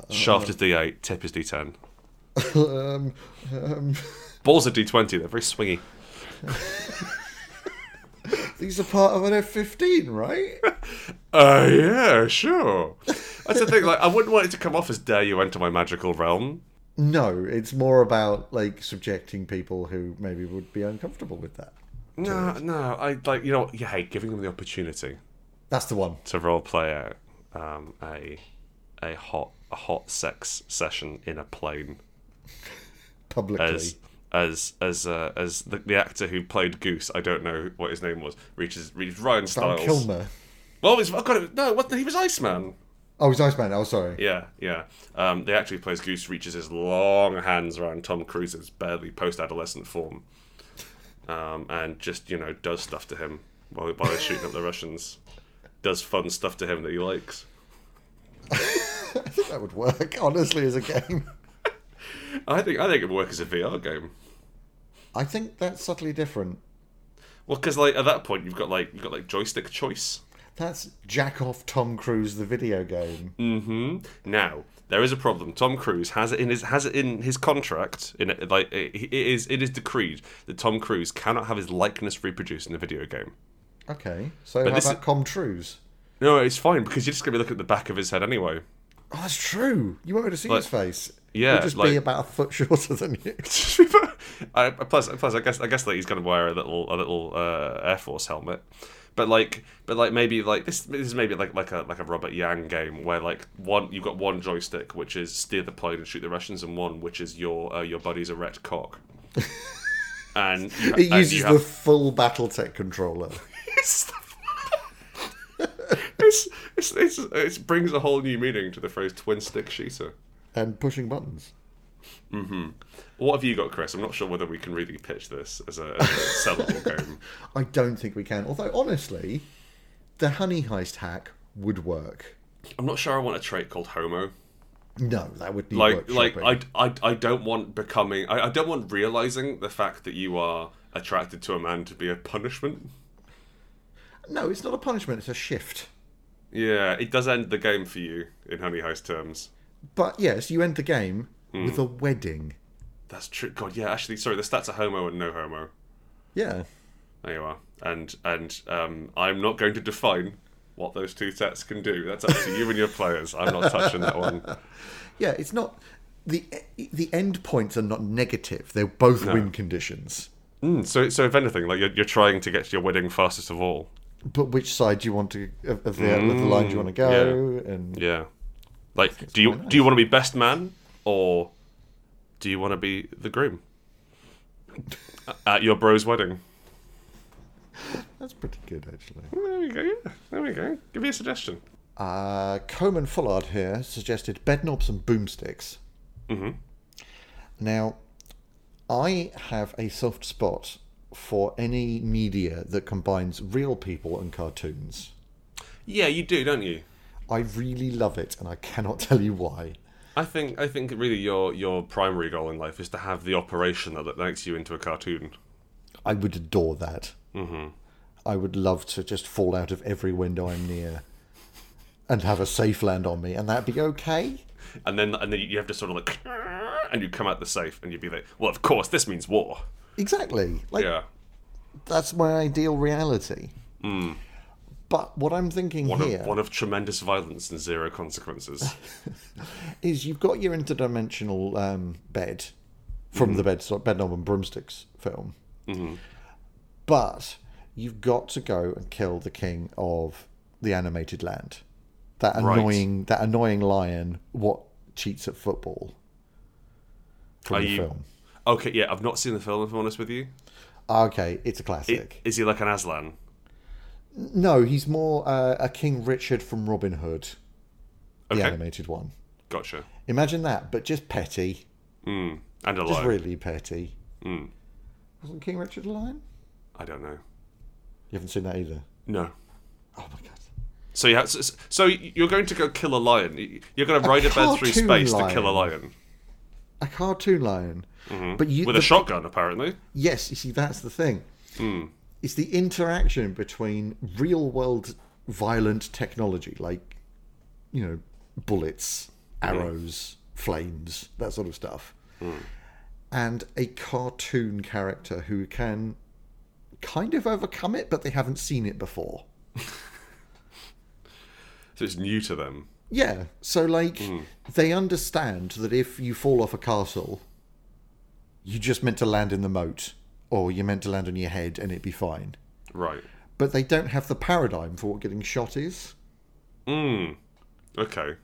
A: shaft is d8, tip is d10.
B: um, um,
A: Balls are d20. They're very swingy.
B: these are part of an F-15, right?
A: Uh, yeah, sure. That's the thing. Like, I wouldn't want it to come off as "dare you enter my magical realm."
B: <laughs> no, it's more about like subjecting people who maybe would be uncomfortable with that.
A: No, no. I like you know. Yeah, hey, giving them the opportunity.
B: That's the one.
A: to role play out um, a a hot a hot sex session in a plane
B: Publicly.
A: as as as uh, as the, the actor who played Goose I don't know what his name was reaches reaches Ryan
B: Val
A: Stiles.
B: Kilmer.
A: Well, he's, I've got it. No, what, he was Iceman.
B: Oh, he's Iceman. Oh, sorry.
A: Yeah, yeah. Um, the actor who plays Goose reaches his long hands around Tom Cruise's barely post-adolescent form, um, and just you know does stuff to him while while he's shooting up the Russians. Does fun stuff to him that he likes.
B: I think that would work, <laughs> honestly, as a game.
A: I think I think it would work as a VR game.
B: I think that's subtly different.
A: Well, because like at that point you've got like you've got like joystick choice.
B: That's Jack Off Tom Cruise, the video game.
A: hmm Now there is a problem. Tom Cruise has it in his has it in his contract. In it, like it, it is it is decreed that Tom Cruise cannot have his likeness reproduced in a video game.
B: Okay, so how
A: this
B: about Com Trues?
A: No, it's fine because you're just gonna be looking at the back of his head anyway. <laughs>
B: Oh, that's true. You won't be able to see his face.
A: yeah,
B: He'll just be
A: like-
B: about a foot <laughs> shorter than
A: <laughs>
B: you.
A: I, plus, plus, I guess I guess like he's gonna wear a little a little uh, Air Force helmet. But like, but like maybe like this. This is maybe like like a like a Robert Yang game where like one you've got one joystick which is steer the plane and shoot the Russians, and one which is your uh, your buddy's erect
B: <laughs>
A: cock. and you,
B: It
A: and
B: uses
A: you
B: the
A: have-
B: full BattleTech controller.
A: it's, <laughs> it's, it's, it's, it brings a whole new meaning to the phrase twin stick shooter.
B: and pushing buttons.
A: What have you got, Chris? I'm not sure whether we can really pitch this as a, as <laughs> a sellable game.
B: I don't think we can. Although honestly, the honey heist hack would work.
A: I'm not sure I want a trait called homo.
B: No, that would need
A: like like
B: workshopping.
A: I, I I don't want becoming I, I don't want realizing the fact that you are attracted to a man to be a punishment.
B: No, it's not a punishment. It's a shift.
A: Yeah, it does end the game for you in Honey Heist terms.
B: But yes, you end the game
A: Hmm.
B: with a wedding.
A: That's true. God, yeah. Actually, sorry. The stats are homo and no homo.
B: Yeah.
A: There you are. And and um, I'm not going to define what those two sets can do. That's up to you and your players. I'm not touching that one.
B: Yeah, it's not the the end points are not negative. They're both win conditions.
A: Mm, so so if anything, like you're, you're trying to get to your wedding fastest of all.
B: But which side do you want to of of the, of the line do you want to go? And
A: Yeah. Like, do you do you want to be best man or do you want to be the groom at your bro's wedding?
B: that's pretty good actually.
A: There we go. Yeah. There we go. Give me a suggestion.
B: Uh, Coman Fullard here suggested bed knobs and boomsticks. Mm-hmm. Now, I have a soft spot for any media that combines real people and cartoons.
A: Yeah, you do, don't you?
B: I really love it, and I cannot <laughs> tell you why.
A: I think I think really your your primary goal in life is to have the operation that makes you into a cartoon.
B: I would adore that. I would love to just fall out of every window I'm near and have a safe land on me, and that'd be okay.
A: and then and then you have to sort of like, <laughs> and you come out the safe, and you'd be like, well, of course, this means war.
B: Exactly. Like
A: Yeah,
B: that's my ideal reality.
A: Hmm.
B: But what I'm thinking
A: one
B: here
A: of one of tremendous violence and zero consequences.
B: is you've got your interdimensional um, bed
A: Hmm.
B: from the bed bed knob and broomsticks film,
A: Mm-hmm.
B: but you've got to go and kill the king of the animated land, that
A: Right.
B: annoying that annoying lion. What cheats at football? From
A: Are
B: the
A: you-
B: film.
A: Okay, yeah, I've not seen the film. If I'm honest with you,
B: Okay, it's a
A: I-
B: classic.
A: is he like an Aslan?
B: no, he's more uh, a King Richard from Robin Hood, the
A: Okay,
B: animated one.
A: gotcha.
B: Imagine that, but just petty,
A: Mm. And a
B: just
A: lion.
B: really petty.
A: Hmm.
B: Wasn't King Richard a lion?
A: I don't know.
B: You haven't seen that either.
A: No.
B: Oh my god.
A: So you have, so, so you're going to go kill a lion. You're going to ride a bird through
B: cartoon
A: space to
B: lion.
A: kill a lion
B: A cartoon lion. But you
A: Mm-hmm. with
B: the,
A: a shotgun, apparently.
B: Yes, you see that's the thing.
A: Hmm.
B: It's the interaction between real world violent technology, like you know, bullets,
A: Hmm.
B: arrows, flames, that sort of stuff. And a cartoon character who can kind of overcome it, but they haven't seen it before.
A: So it's new to them.
B: Yeah. So like
A: Hmm.
B: they understand that if you fall off a castle, you just meant to land in the moat or you're meant to land on your head and it'd be fine.
A: Right.
B: But they don't have the paradigm for what getting shot is.
A: Mm. Okay.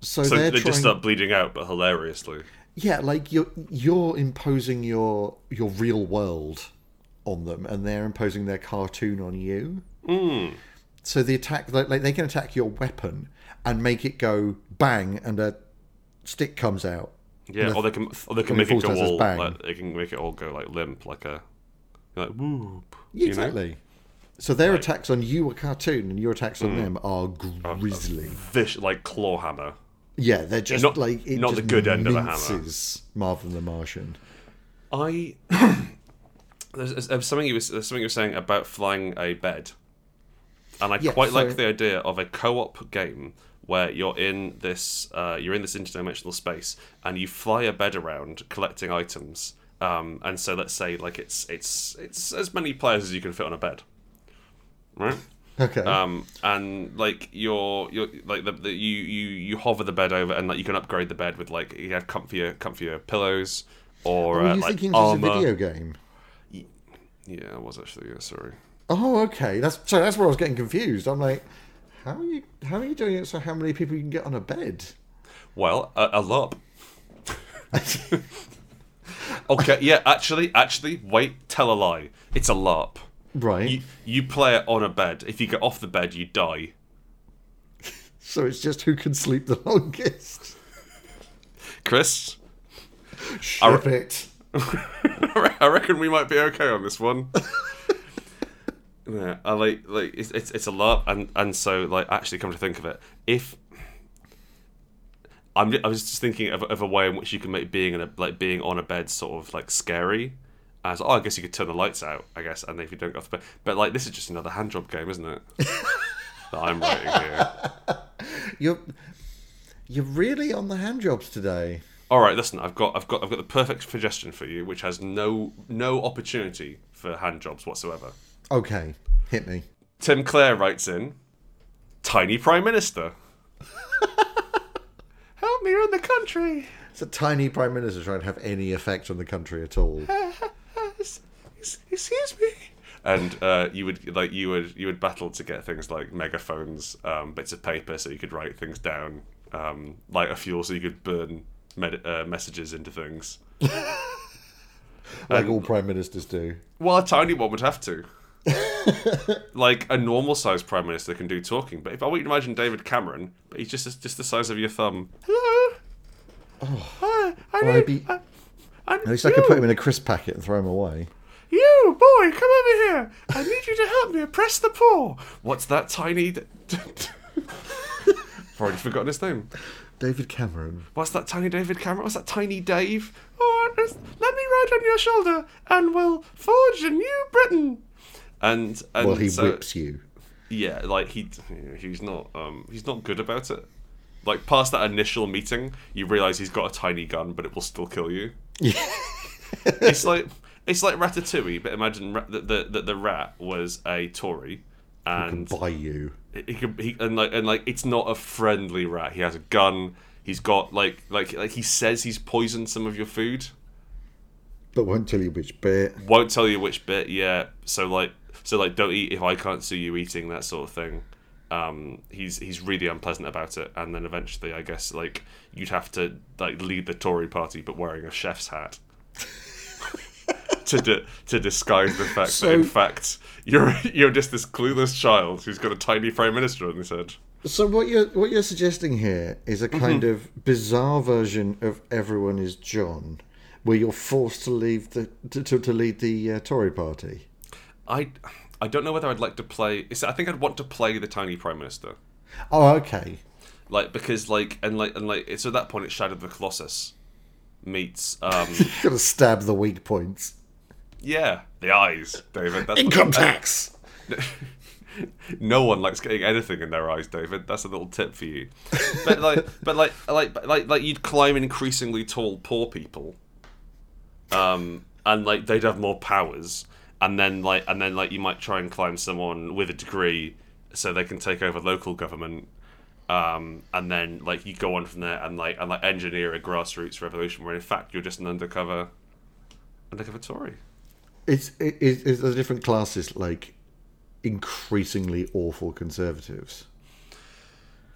B: So,
A: So
B: they're
A: they
B: trying,
A: just start bleeding out, but hilariously.
B: Yeah, like you're you're imposing your your real world on them and they're imposing their cartoon on you.
A: Hmm.
B: So the attack like, like they can attack your weapon and make it go bang and a stick comes out
A: Yeah. Or they can, or they can
B: and
A: make
B: it
A: it
B: falls
A: go
B: down, says
A: all
B: bang.
A: like they can make it all go like limp, like a like whoop.
B: Yeah,
A: you know?
B: exactly. So their attacks on you are cartoon, and your attacks
A: Mm.
B: on them are grisly.
A: Fish like claw hammer.
B: Yeah, they're just
A: Not-
B: like it
A: not
B: just
A: the good end of the hammer.
B: minces Marvin the Martian. <coughs>
A: I there's, there's there's something you was there's something you were saying about flying a bed, and I
B: Yeah,
A: quite
B: so-
A: like the idea of a co-op game where you're in this uh, you're in this interdimensional space and you fly a bed around collecting items. Um, and so let's say like it's it's it's as many players as you can fit on a bed, right?
B: Okay.
A: Um, and like your your like the, the you you you hover the bed over, and like you can upgrade the bed with like you have comfier comfier pillows or
B: Were
A: uh,
B: you
A: like
B: thinking
A: armor.
B: this is a video game?
A: Yeah, I was actually. Yeah, sorry.
B: Oh, okay. That's so. That's where I was getting confused. I'm like, how are you? How are you doing it? So how many people you can get on a bed?
A: Well, a, a lot. <laughs> okay. Yeah. Actually, actually, wait. Tell a lie. It's a LARP.
B: Right.
A: You, you play it on a bed. If you get off the bed, you die.
B: So it's just who can sleep the <laughs> longest.
A: Chris,
B: Ship it.
A: <laughs> I reckon we might be okay on this one. <laughs> yeah, I like like it's, it's it's a lot, and and so like actually, come to think of it, if I'm I was just thinking of, of a way in which you can make being in a like being on a bed sort of like scary. As oh, I guess you could turn the lights out, I guess, and if you don't go off the bed, but like this is just another hand job game, isn't it? that I'm writing here.
B: You're you're really on the hand jobs today.
A: All right, listen, I've got I've got I've got the perfect suggestion for you, which has no no opportunity for hand jobs whatsoever.
B: Okay, hit me.
A: Tim Clare writes in, "Tiny Prime Minister, <laughs> help me run the country.
B: It's a tiny prime minister trying to have any effect on the country at all.
A: Excuse me." And uh, you would like you would you would battle to get things like megaphones, um, bits of paper so you could write things down, um, lighter fuel so you could burn med- uh, messages into things.
B: like all prime ministers do.
A: Well, a tiny one would have to. like a normal sized prime minister can do talking, but if I want you to imagine David Cameron, but he's just just the size of your thumb. Hello. Hi, I
B: Or
A: need-
B: I'd be-
A: I- I-
B: Oh, At least I could put him in a crisp packet and throw him away.
A: You boy, come over here. I need you to help me oppress the poor. What's that tiny? d- <laughs> I've already forgotten his name.
B: David Cameron.
A: What's that tiny David Cameron? What's that tiny Dave? Oh, just let me ride on your shoulder and we'll forge a new Britain. And, and
B: while he
A: so,
B: whips you.
A: yeah, like he he's not um he's not good about it. Like past that initial meeting, you realize he's got a tiny gun, but it will still kill you. it's like it's like Ratatouille, but imagine ra- that the, that the rat was a Tory, and
B: By you.
A: he could he and like and like it's not a friendly rat. He has a gun. He's got like like like he says he's poisoned some of your food.
B: But won't tell you which bit.
A: Won't tell you which bit. Yeah. So like so like don't eat if I can't see you eating that sort of thing. Um, he's he's really unpleasant about it, and then eventually, I guess like you'd have to like lead the Tory party, but wearing a chef's hat <laughs> to di- to disguise the fact that in
B: So-
A: fact you're you're just this clueless child who's got a tiny prime minister on his head.
B: So what you're what you're suggesting here is a kind of bizarre version of everyone is John, where you're forced to leave the to, to, to lead the uh, Tory party.
A: I I don't know whether I'd like to play. it's- I think I'd want to play the tiny prime minister,
B: Oh, okay.
A: like because like and like and like. It's at that point it's Shadow of the Colossus meets um <laughs>
B: You've got to stab the weak points.
A: yeah the eyes, David. That's
B: Income tax.
A: no one likes getting anything in their eyes, David. That's a little tip for you. But like, but like, like, but like, like you'd climb increasingly tall, poor people, um, and like they'd have more powers, and then like, and then like you might try and climb someone with a degree so they can take over local government. Um, and then like you go on from there and like and like engineer a grassroots revolution where in fact you're just an undercover undercover Tory.
B: It's it, it's it's the different classes like increasingly awful conservatives.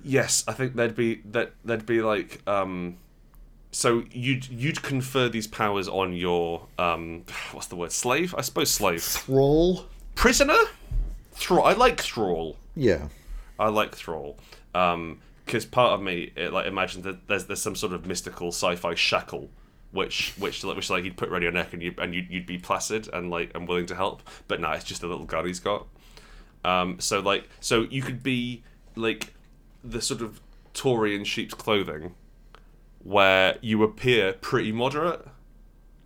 A: Yes, I think there'd be that there'd be like um so you'd you'd confer these powers on your um <sighs> what's the word slave? I suppose slave.
B: Thrall.
A: Prisoner? Thrall. I like thrall.
B: Yeah.
A: I like thrall. Um because part of me it, like imagines that there's there's some sort of mystical sci-fi shackle which which like- which like he'd put around your neck and you and you'd, you'd be placid and like and willing to help, but nah, it's just a little gun he's got. Um, so like, so you could be like the sort of Tory in sheep's clothing, where you appear pretty moderate,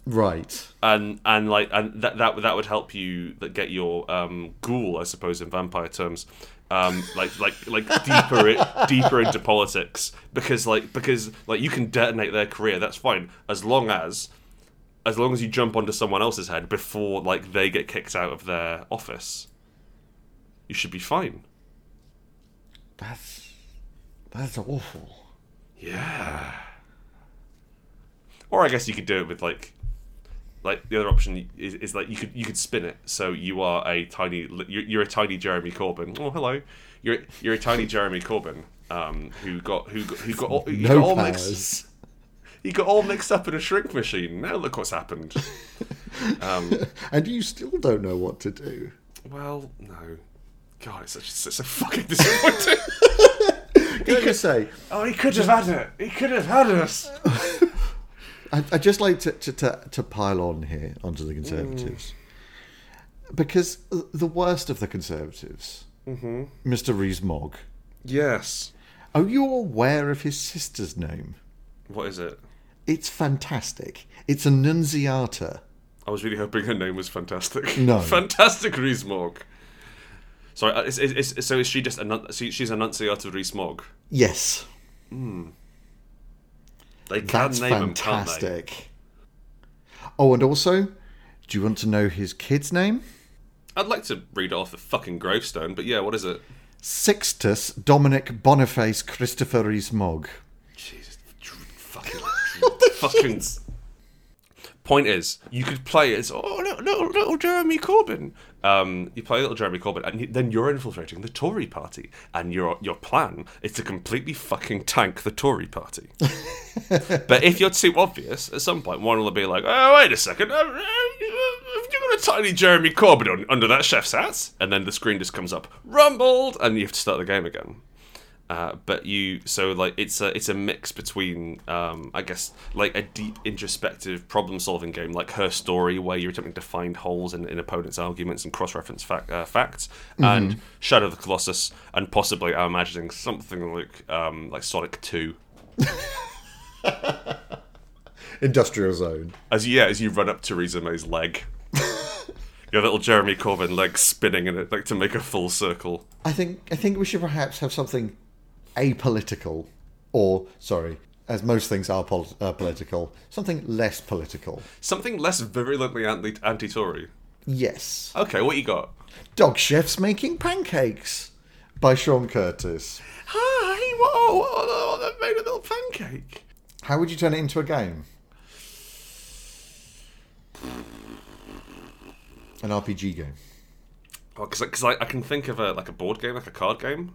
B: Right.
A: and and like and that that would- that would help you that get your um, ghoul, I suppose, in vampire terms. Um, like like like deeper i deeper into politics because like because like you can detonate their career that's fine as long as as long as you jump onto someone else's head before like they get kicked out of their office you should be fine
B: That's that's awful.
A: Yeah. Or I guess you could do it with like, like the other option is, is like you could you could spin it. So you are a tiny you're, you're a tiny Jeremy Corbyn. Oh hello, you're you're a
B: <laughs>
A: tiny Jeremy Corbyn um, who got who got who got all, who got
B: No
A: all mixed
B: powers.
A: <laughs> he got all mixed up in a shrink machine. Now look what's happened.
B: And you still don't know what to do.
A: well, no. God, it's such it's so fucking <laughs> disappointing.
B: Can I just say,
A: oh, he could have had it. He could have had us.
B: I, I'd just like to, to, to, to pile on here onto the Conservatives. Because the worst of the Conservatives, Mr. Rees Mogg,
A: Yes.
B: are you aware of his sister's name?
A: What is it?
B: It's fantastic. It's Annunziata.
A: I was really hoping her name was fantastic.
B: No.
A: <laughs> fantastic Rees Mogg. Sorry, uh, is, is, is, so is she just annun- she, she's Annunciata Rees Mogg?
B: Yes,
A: They can
B: that's
A: name him, can't
B: fantastic. Oh, and also, do you want to know his kid's name?
A: they? I'd like to read it off the fucking gravestone, but yeah, what is it?
B: Sixtus Dominic Boniface Christopher Rees Mogg.
A: Jesus, dr- fucking, dr- fucking. Point is, you could play as oh no, no, little Jeremy Corbyn. Um, you play little Jeremy Corbyn, and then you're infiltrating the Tory party, and your your plan is to completely fucking tank the Tory party. but if you're too obvious, at some point one will be like, oh wait a second, uh, uh, have you got a tiny Jeremy Corbyn on, under that chef's hat? And then the screen just comes up, rumbled, and you have to start the game again. Uh, but you so like it's a it's a mix between um, I guess like a deep introspective problem solving game like her story where you're attempting to find holes in, in opponents' arguments and cross reference fac- uh, facts and Shadow of the Colossus and possibly I'm imagining something like um, like Sonic Two
B: Industrial Zone.
A: as yeah as you run up Theresa May's leg. You're your little Jeremy Corbyn leg spinning in it, like to make a full circle.
B: I think I think we should perhaps have something apolitical, or sorry, as most things are pol- uh, political, something less political.
A: Something less virulently anti- anti-Tory.
B: Yes,
A: Okay, what you got?
B: dog chefs making pancakes by Sean Curtis.
A: Hi, whoa, whoa, whoa, they made a little pancake.
B: How would you turn it into a game? An RPG game.
A: Oh, because I, I can think of a like a board game, like a card game,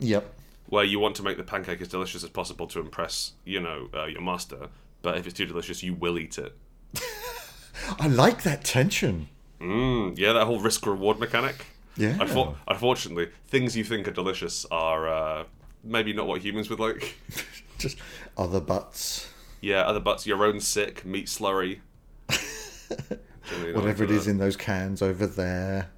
B: Yep.
A: where you want to make the pancake as delicious as possible to impress, you know, uh, your master. But if it's too delicious, you will eat it.
B: I like that tension.
A: Mm, yeah, that whole risk reward mechanic.
B: Yeah.
A: Unfor- unfortunately, things you think are delicious are uh, maybe not what humans would
B: <laughs>
A: like.
B: Just other butts.
A: yeah, other butts, your own sick meat
B: <laughs>
A: slurry. Generally not
B: Whatever it
A: into
B: is
A: that.
B: in those cans over there.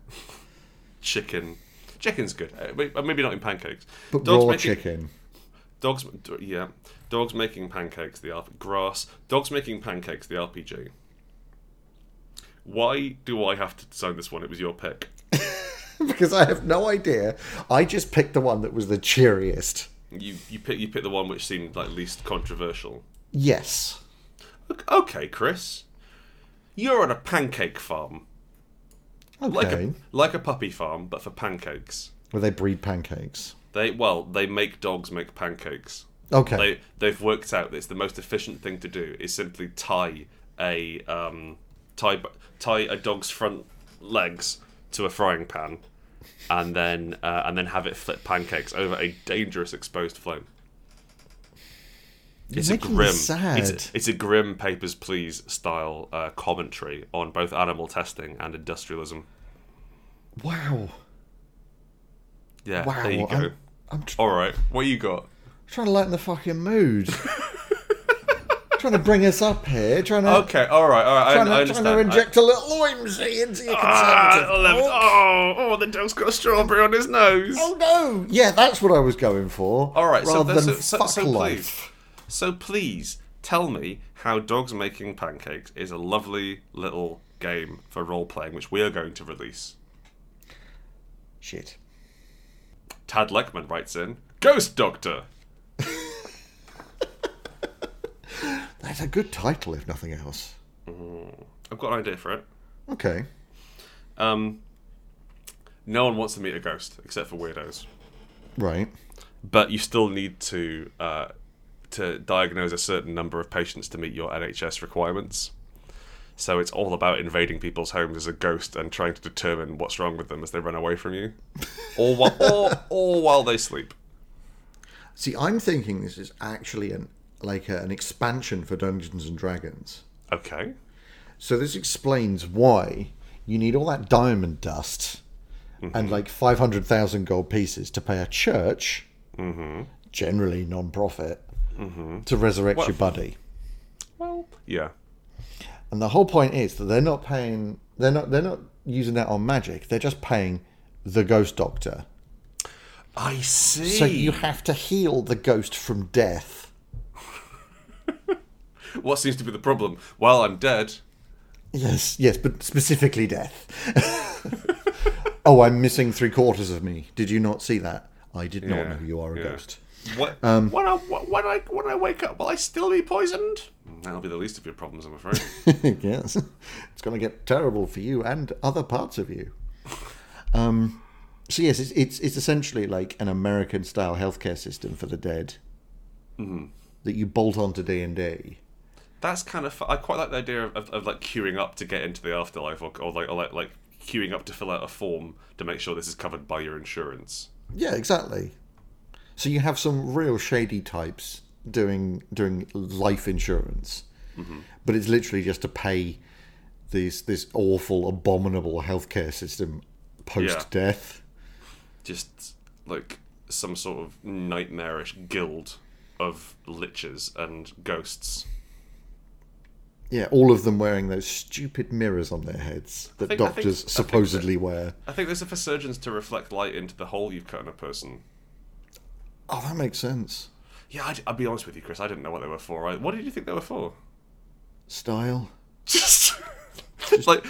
A: chicken. Chicken's good. Uh, may- uh, Maybe not in pancakes.
B: But
A: Dogs
B: raw
A: making-
B: chicken. <laughs>
A: Dogs, d- yeah, dogs making pancakes. The RP, grass. Dogs making pancakes. The RPG. Why do I have to design this one? It was your pick.
B: because I have no idea. I just picked the one that was the cheeriest.
A: You you pick you pick the one which seemed like least controversial.
B: Yes.
A: Ok- Okay, Chris, you're on a pancake farm,
B: Okay.
A: like a like a puppy farm, but for pancakes.
B: Where they breed pancakes.
A: They well, they make dogs make pancakes.
B: Okay.
A: They they've worked out that it's the most efficient thing to do is simply tie a um, tie b- tie a dog's front legs to a frying pan, and then uh, and then have it flip pancakes over a dangerous exposed flame. It's a
B: making me
A: grim,
B: sad.
A: It's, it's a grim Papers Please style uh, commentary on both animal testing and industrialism.
B: wow.
A: Yeah,
B: Wow.
A: there you go.
B: I'm, I'm tr-
A: All right, what you got?
B: trying to lighten the
A: <laughs>
B: fucking mood. trying to bring us up here. Trying to.
A: Okay, all right, all right. I,
B: Uh, Trying to,
A: I
B: trying
A: understand.
B: to
A: I-
B: inject a little whimsy into your conservative.
A: Ah, eleven-
B: book.
A: oh, oh, the dog's got a strawberry on his nose.
B: Oh no! Yeah, that's what I was going for.
A: All right, so,
B: rather
A: that's-
B: than
A: so, so,
B: fuck
A: so please,
B: life.
A: so please tell me how dogs making pancakes is a lovely little game for role playing, which we are going to release.
B: Shit.
A: Tad Leckman writes in, Ghost Doctor.
B: That's a good title, if nothing else.
A: I've got an idea for it.
B: Okay.
A: Um, no one wants to meet a ghost except for weirdos,
B: Right.
A: but you still need to uh, to diagnose a certain number of patients to meet your NHS requirements. So it's all about invading people's homes as a ghost and trying to determine what's wrong with them as they run away from <laughs> you, or while or, or while they sleep.
B: See, I'm thinking this is actually an like a, an expansion for Dungeons and Dragons.
A: Okay.
B: So this explains why you need all that diamond dust
A: Mm-hmm.
B: and like 500,000 gold pieces to pay a church,
A: Mm-hmm.
B: generally non-profit, to resurrect your buddy.
A: Well. Yeah.
B: And the whole point is that they're not paying they're not they're not using that on magic. They're just paying the ghost doctor.
A: I see.
B: So you have to heal the ghost from death.
A: what seems to be the problem? Well, I'm dead.
B: Yes, yes, but specifically death. <laughs> oh, I'm missing three quarters of me. Did you not see that? I did not know you are a
A: yeah.
B: ghost.
A: What, when, I, when I when I wake up, will I still be poisoned? That'll be the least of your problems, I'm afraid.
B: <laughs> yes, it's going to get terrible for you and other parts of you. Um, so yes, it's, it's it's essentially like an American style healthcare system for the dead Mm-hmm. that you bolt onto D and D.
A: That's kind of. Fu- I quite like the idea of, of, of like queuing up to get into the afterlife, or, or like or like like queuing up to fill out a form to make sure this is covered by your insurance.
B: Yeah, exactly. So you have some real shady types doing doing life insurance, but it's literally just to pay this this awful, abominable healthcare system post death.
A: Just like some sort of nightmarish guild of liches and ghosts.
B: Yeah, all of them wearing those stupid mirrors on their heads that
A: think- I think-
B: doctors
A: I think so.
B: supposedly wear.
A: I think there's a for surgeons to reflect light into the hole you've cut in a person.
B: Oh, that makes sense.
A: Yeah, I'd, I'll be honest with you, Chris. I didn't know what they were for. I, what did you think they were for?
B: Style.
A: Just <laughs> like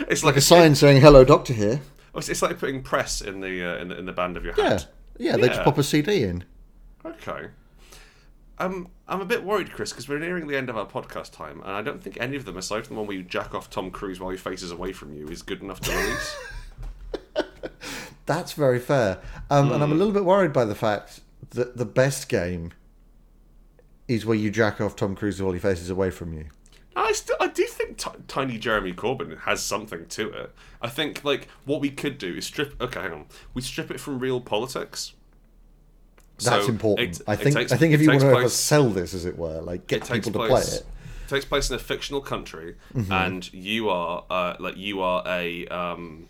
A: It's like
B: A sign saying "Hello, Doctor" here.
A: It's, it's like putting press in the uh, in the in the band of your
B: Yeah,
A: hat.
B: yeah. They just
A: Yeah.
B: pop a CD in.
A: Okay. Um, I'm a bit worried, Chris, because we're nearing the end of our podcast time, and I don't think any of them, aside from the one where you jack off Tom Cruise while he faces away from you, is good enough to
B: <laughs>
A: release.
B: That's very fair. Um, And I'm
A: Hmm.
B: a little bit worried by the fact that the best game is where you jack off Tom Cruise while he faces away from you.
A: I still, I do think t- Tiny Jeremy Corbyn has something to it. I think like what we could do is strip. Okay, hang on. We strip it from real politics.
B: That's
A: So
B: important.
A: it-
B: I
A: it
B: think.
A: takes-
B: I think if
A: it
B: you want
A: takes
B: to ever
A: place-
B: sell this, as it were, like get
A: it takes
B: people to
A: place
B: play it. Mm-hmm.
A: takes place in a fictional country, and you are uh, like you are a um,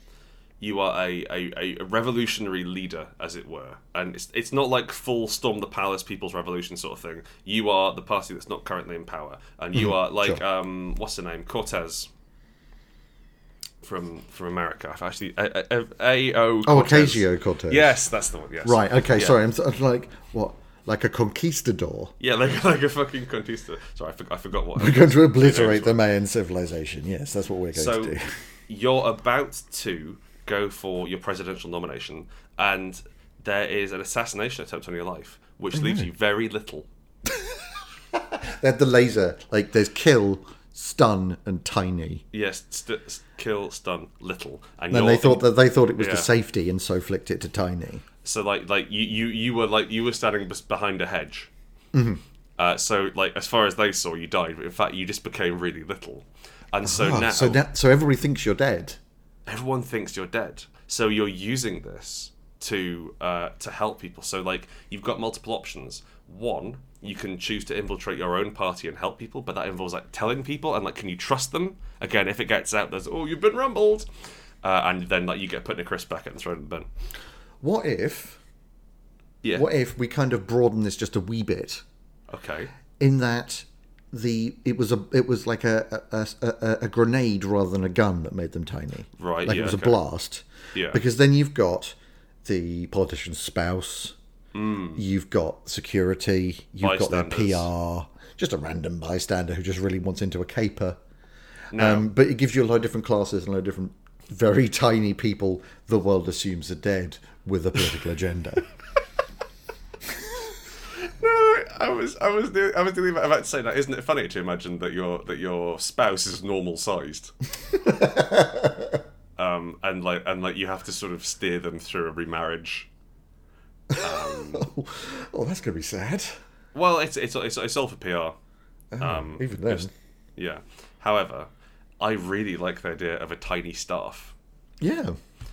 A: you are a, a, a revolutionary leader, as it were. And it's it's not like full storm the palace, people's revolution sort of thing. You are the party that's not currently in power, and you are like
B: Mm-hmm. sure.
A: um, what's the name Cortez. From from America, actually, A- A- A- A.O.
B: Oh,
A: Cortez.
B: Ocasio Cortez.
A: Yes, that's the one. Yes.
B: Right. Okay.
A: Yeah.
B: Sorry. I'm, I'm like what? Like a conquistador.
A: Yeah, like, <laughs> like a fucking contista. Sorry, I, for, I forgot
B: <laughs>
A: what.
B: We're going to obliterate the Mayan civilization. Yes, that's what we're going
A: So
B: to do. <laughs>
A: you're about to go for your presidential nomination, and there is an assassination attempt on your life,
B: Oh,
A: which leaves you very little.
B: They had the laser. Like there's kill, stun, and tiny.
A: Yes, st- s- kill, stun, little, and,
B: And
A: you're
B: they thought that they thought it was
A: Yeah.
B: the safety, and so flicked it to tiny.
A: so like like you you you were like you were standing bes- behind a hedge.
B: Mm-hmm.
A: Uh, so like as far as they saw, you died, but in fact you just became really little, and so
B: Oh,
A: now
B: so now, so everybody thinks you're dead.
A: everyone thinks you're dead. So you're using this to uh, to help people. So like you've got multiple options. One, you can choose to infiltrate your own party and help people, but that involves like telling people and like can you trust them? Again, if it gets out, there's oh you've been rumbled, uh, and then like you get put in a crisp bucket and thrown in the bin.
B: What if?
A: Yeah.
B: What if we kind of broaden this just a wee bit?
A: Okay.
B: In that the it was a it was like a a, a- a- a grenade rather than a gun that made them tiny.
A: Right,
B: Like
A: yeah,
B: it was
A: okay.
B: a blast.
A: Yeah.
B: Because then you've got the politician's spouse. You've got security. You've got their
A: Mm. Bystanders.
B: PR. Just a random bystander who just really wants into a caper.
A: Now,
B: Um, but it gives you a lot of different classes and a lot of different very tiny people the world assumes are dead with
A: <laughs>
B: a political agenda.
A: No, I was, I was, near- I was nearly about to say that. Isn't it funny to imagine that your that your spouse is normal sized, um, and like and like you have to sort of steer them through a remarriage.
B: oh, that's going to be sad.
A: Well, it's it's it's, it's all for PR. Um,
B: Even then.
A: Yeah. However, I really like the idea of a tiny staff
B: Yeah.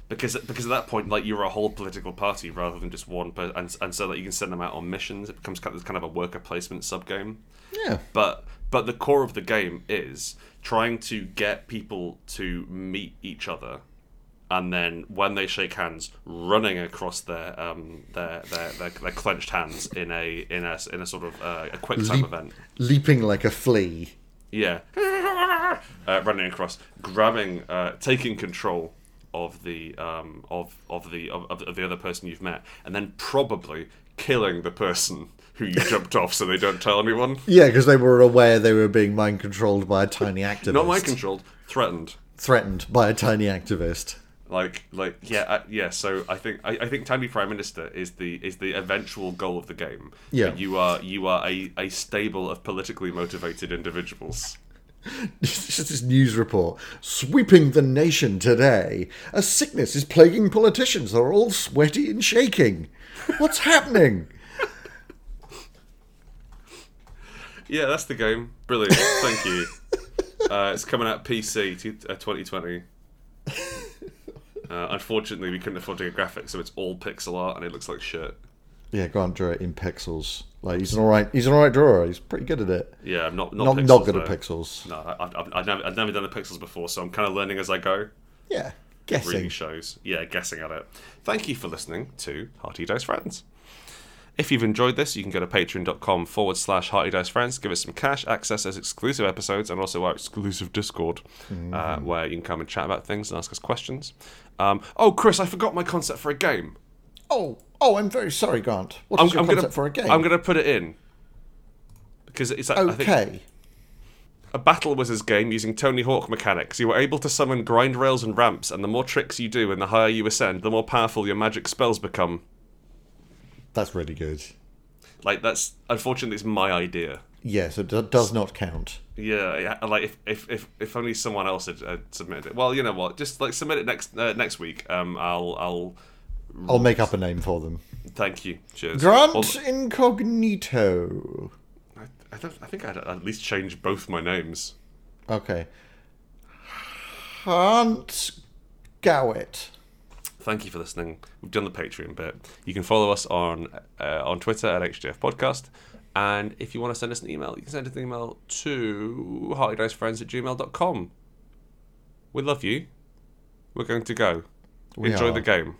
A: because because at that point, like you're a whole political party rather than just one person, and, and so that you can send them out on missions. It becomes kind of, kind of a worker placement sub game.
B: Yeah.
A: but but the core of the game is trying to get people to meet each other and then when they shake hands running across their um their their, their, their clenched hands in a in a in a sort of uh, a quick time
B: Leap-
A: event
B: Leaping like a flea.
A: yeah <laughs> uh, running across grabbing uh, taking control of the um of of the of, of the other person you've met and then probably killing the person who you <laughs> jumped off so they don't tell anyone
B: Yeah, because they were aware they were being mind controlled by a tiny
A: <laughs>
B: activist.
A: not mind controlled threatened
B: Threatened by a tiny activist. <laughs>
A: like like yeah uh, yeah so i think I, I think tiny prime minister is the is the eventual goal of the game
B: Yeah.
A: That you are you are a, a stable of politically motivated individuals
B: It's just this news report sweeping the nation today. A sickness is plaguing politicians. They're all sweaty
A: <laughs>
B: and shaking. What's happening?
A: yeah that's the game brilliant thank
B: <laughs>
A: you uh, it's coming out pc t- uh, 2020 uh, unfortunately we couldn't afford to get graphics so it's all pixel art and it looks like shit
B: Yeah, Grant drew it in pixels. Like he's an all right, he's an all right drawer. He's pretty good at it.
A: yeah i'm not not,
B: Not
A: pixels,
B: not good at
A: though.
B: pixels.
A: no I- I've, I've, I've, never, I've never done the pixels before so i'm kind of learning as i go
B: Yeah, guessing.
A: reading shows. Yeah, guessing at it. Thank you for listening to Hearty Dice Friends. If you've enjoyed this, you can go to patreon.com forward slash Hearty Dice Friends, give us some cash, access us exclusive episodes, and also our exclusive Discord, uh,
B: Mm-hmm.
A: where you can come and chat about things and ask us questions. Um, oh, Chris, I forgot my concept for a game.
B: Oh, oh, I'm very sorry, Grant. What's your
A: I'm
B: concept
A: gonna,
B: for a game?
A: I'm going to put it in. Because it's like, I think,
B: okay.
A: a Battle Wizards game using Tony Hawk mechanics. You were able to summon grind rails and ramps, and the more tricks you do and the higher you ascend, the more powerful your magic spells become.
B: That's really good.
A: Like that's unfortunately it's my idea.
B: Yeah, so it do- does not count.
A: Yeah, yeah, like if if if, if only someone else had, had submitted it. Well, you know what? Just like submit it next uh, next week. Um, I'll I'll
B: I'll make up a name for them.
A: thank you. Cheers.
B: Grant
A: Although-
B: Incognito.
A: I, I, don't, I think I'd at least change both my names.
B: Okay. Hunt Gowett.
A: Thank you for listening. We've done the Patreon bit. You can follow us on uh, on Twitter at HGF Podcast. And if you want to send us an email, you can send us an email to heartydicefriends at gmail.com. We love you. We're going to go.
B: We
A: Enjoy
B: are.
A: the game.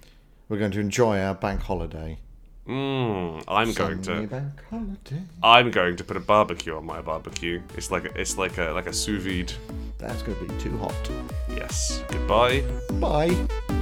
B: We're going to enjoy our bank holiday.
A: Mm, I'm going
B: Sunday
A: to.
B: Bank holiday.
A: I'm going to put a barbecue on my barbecue. It's like a, it's like a like a sous vide.
B: That's going to be too hot.
A: Yes. Goodbye.
B: Bye.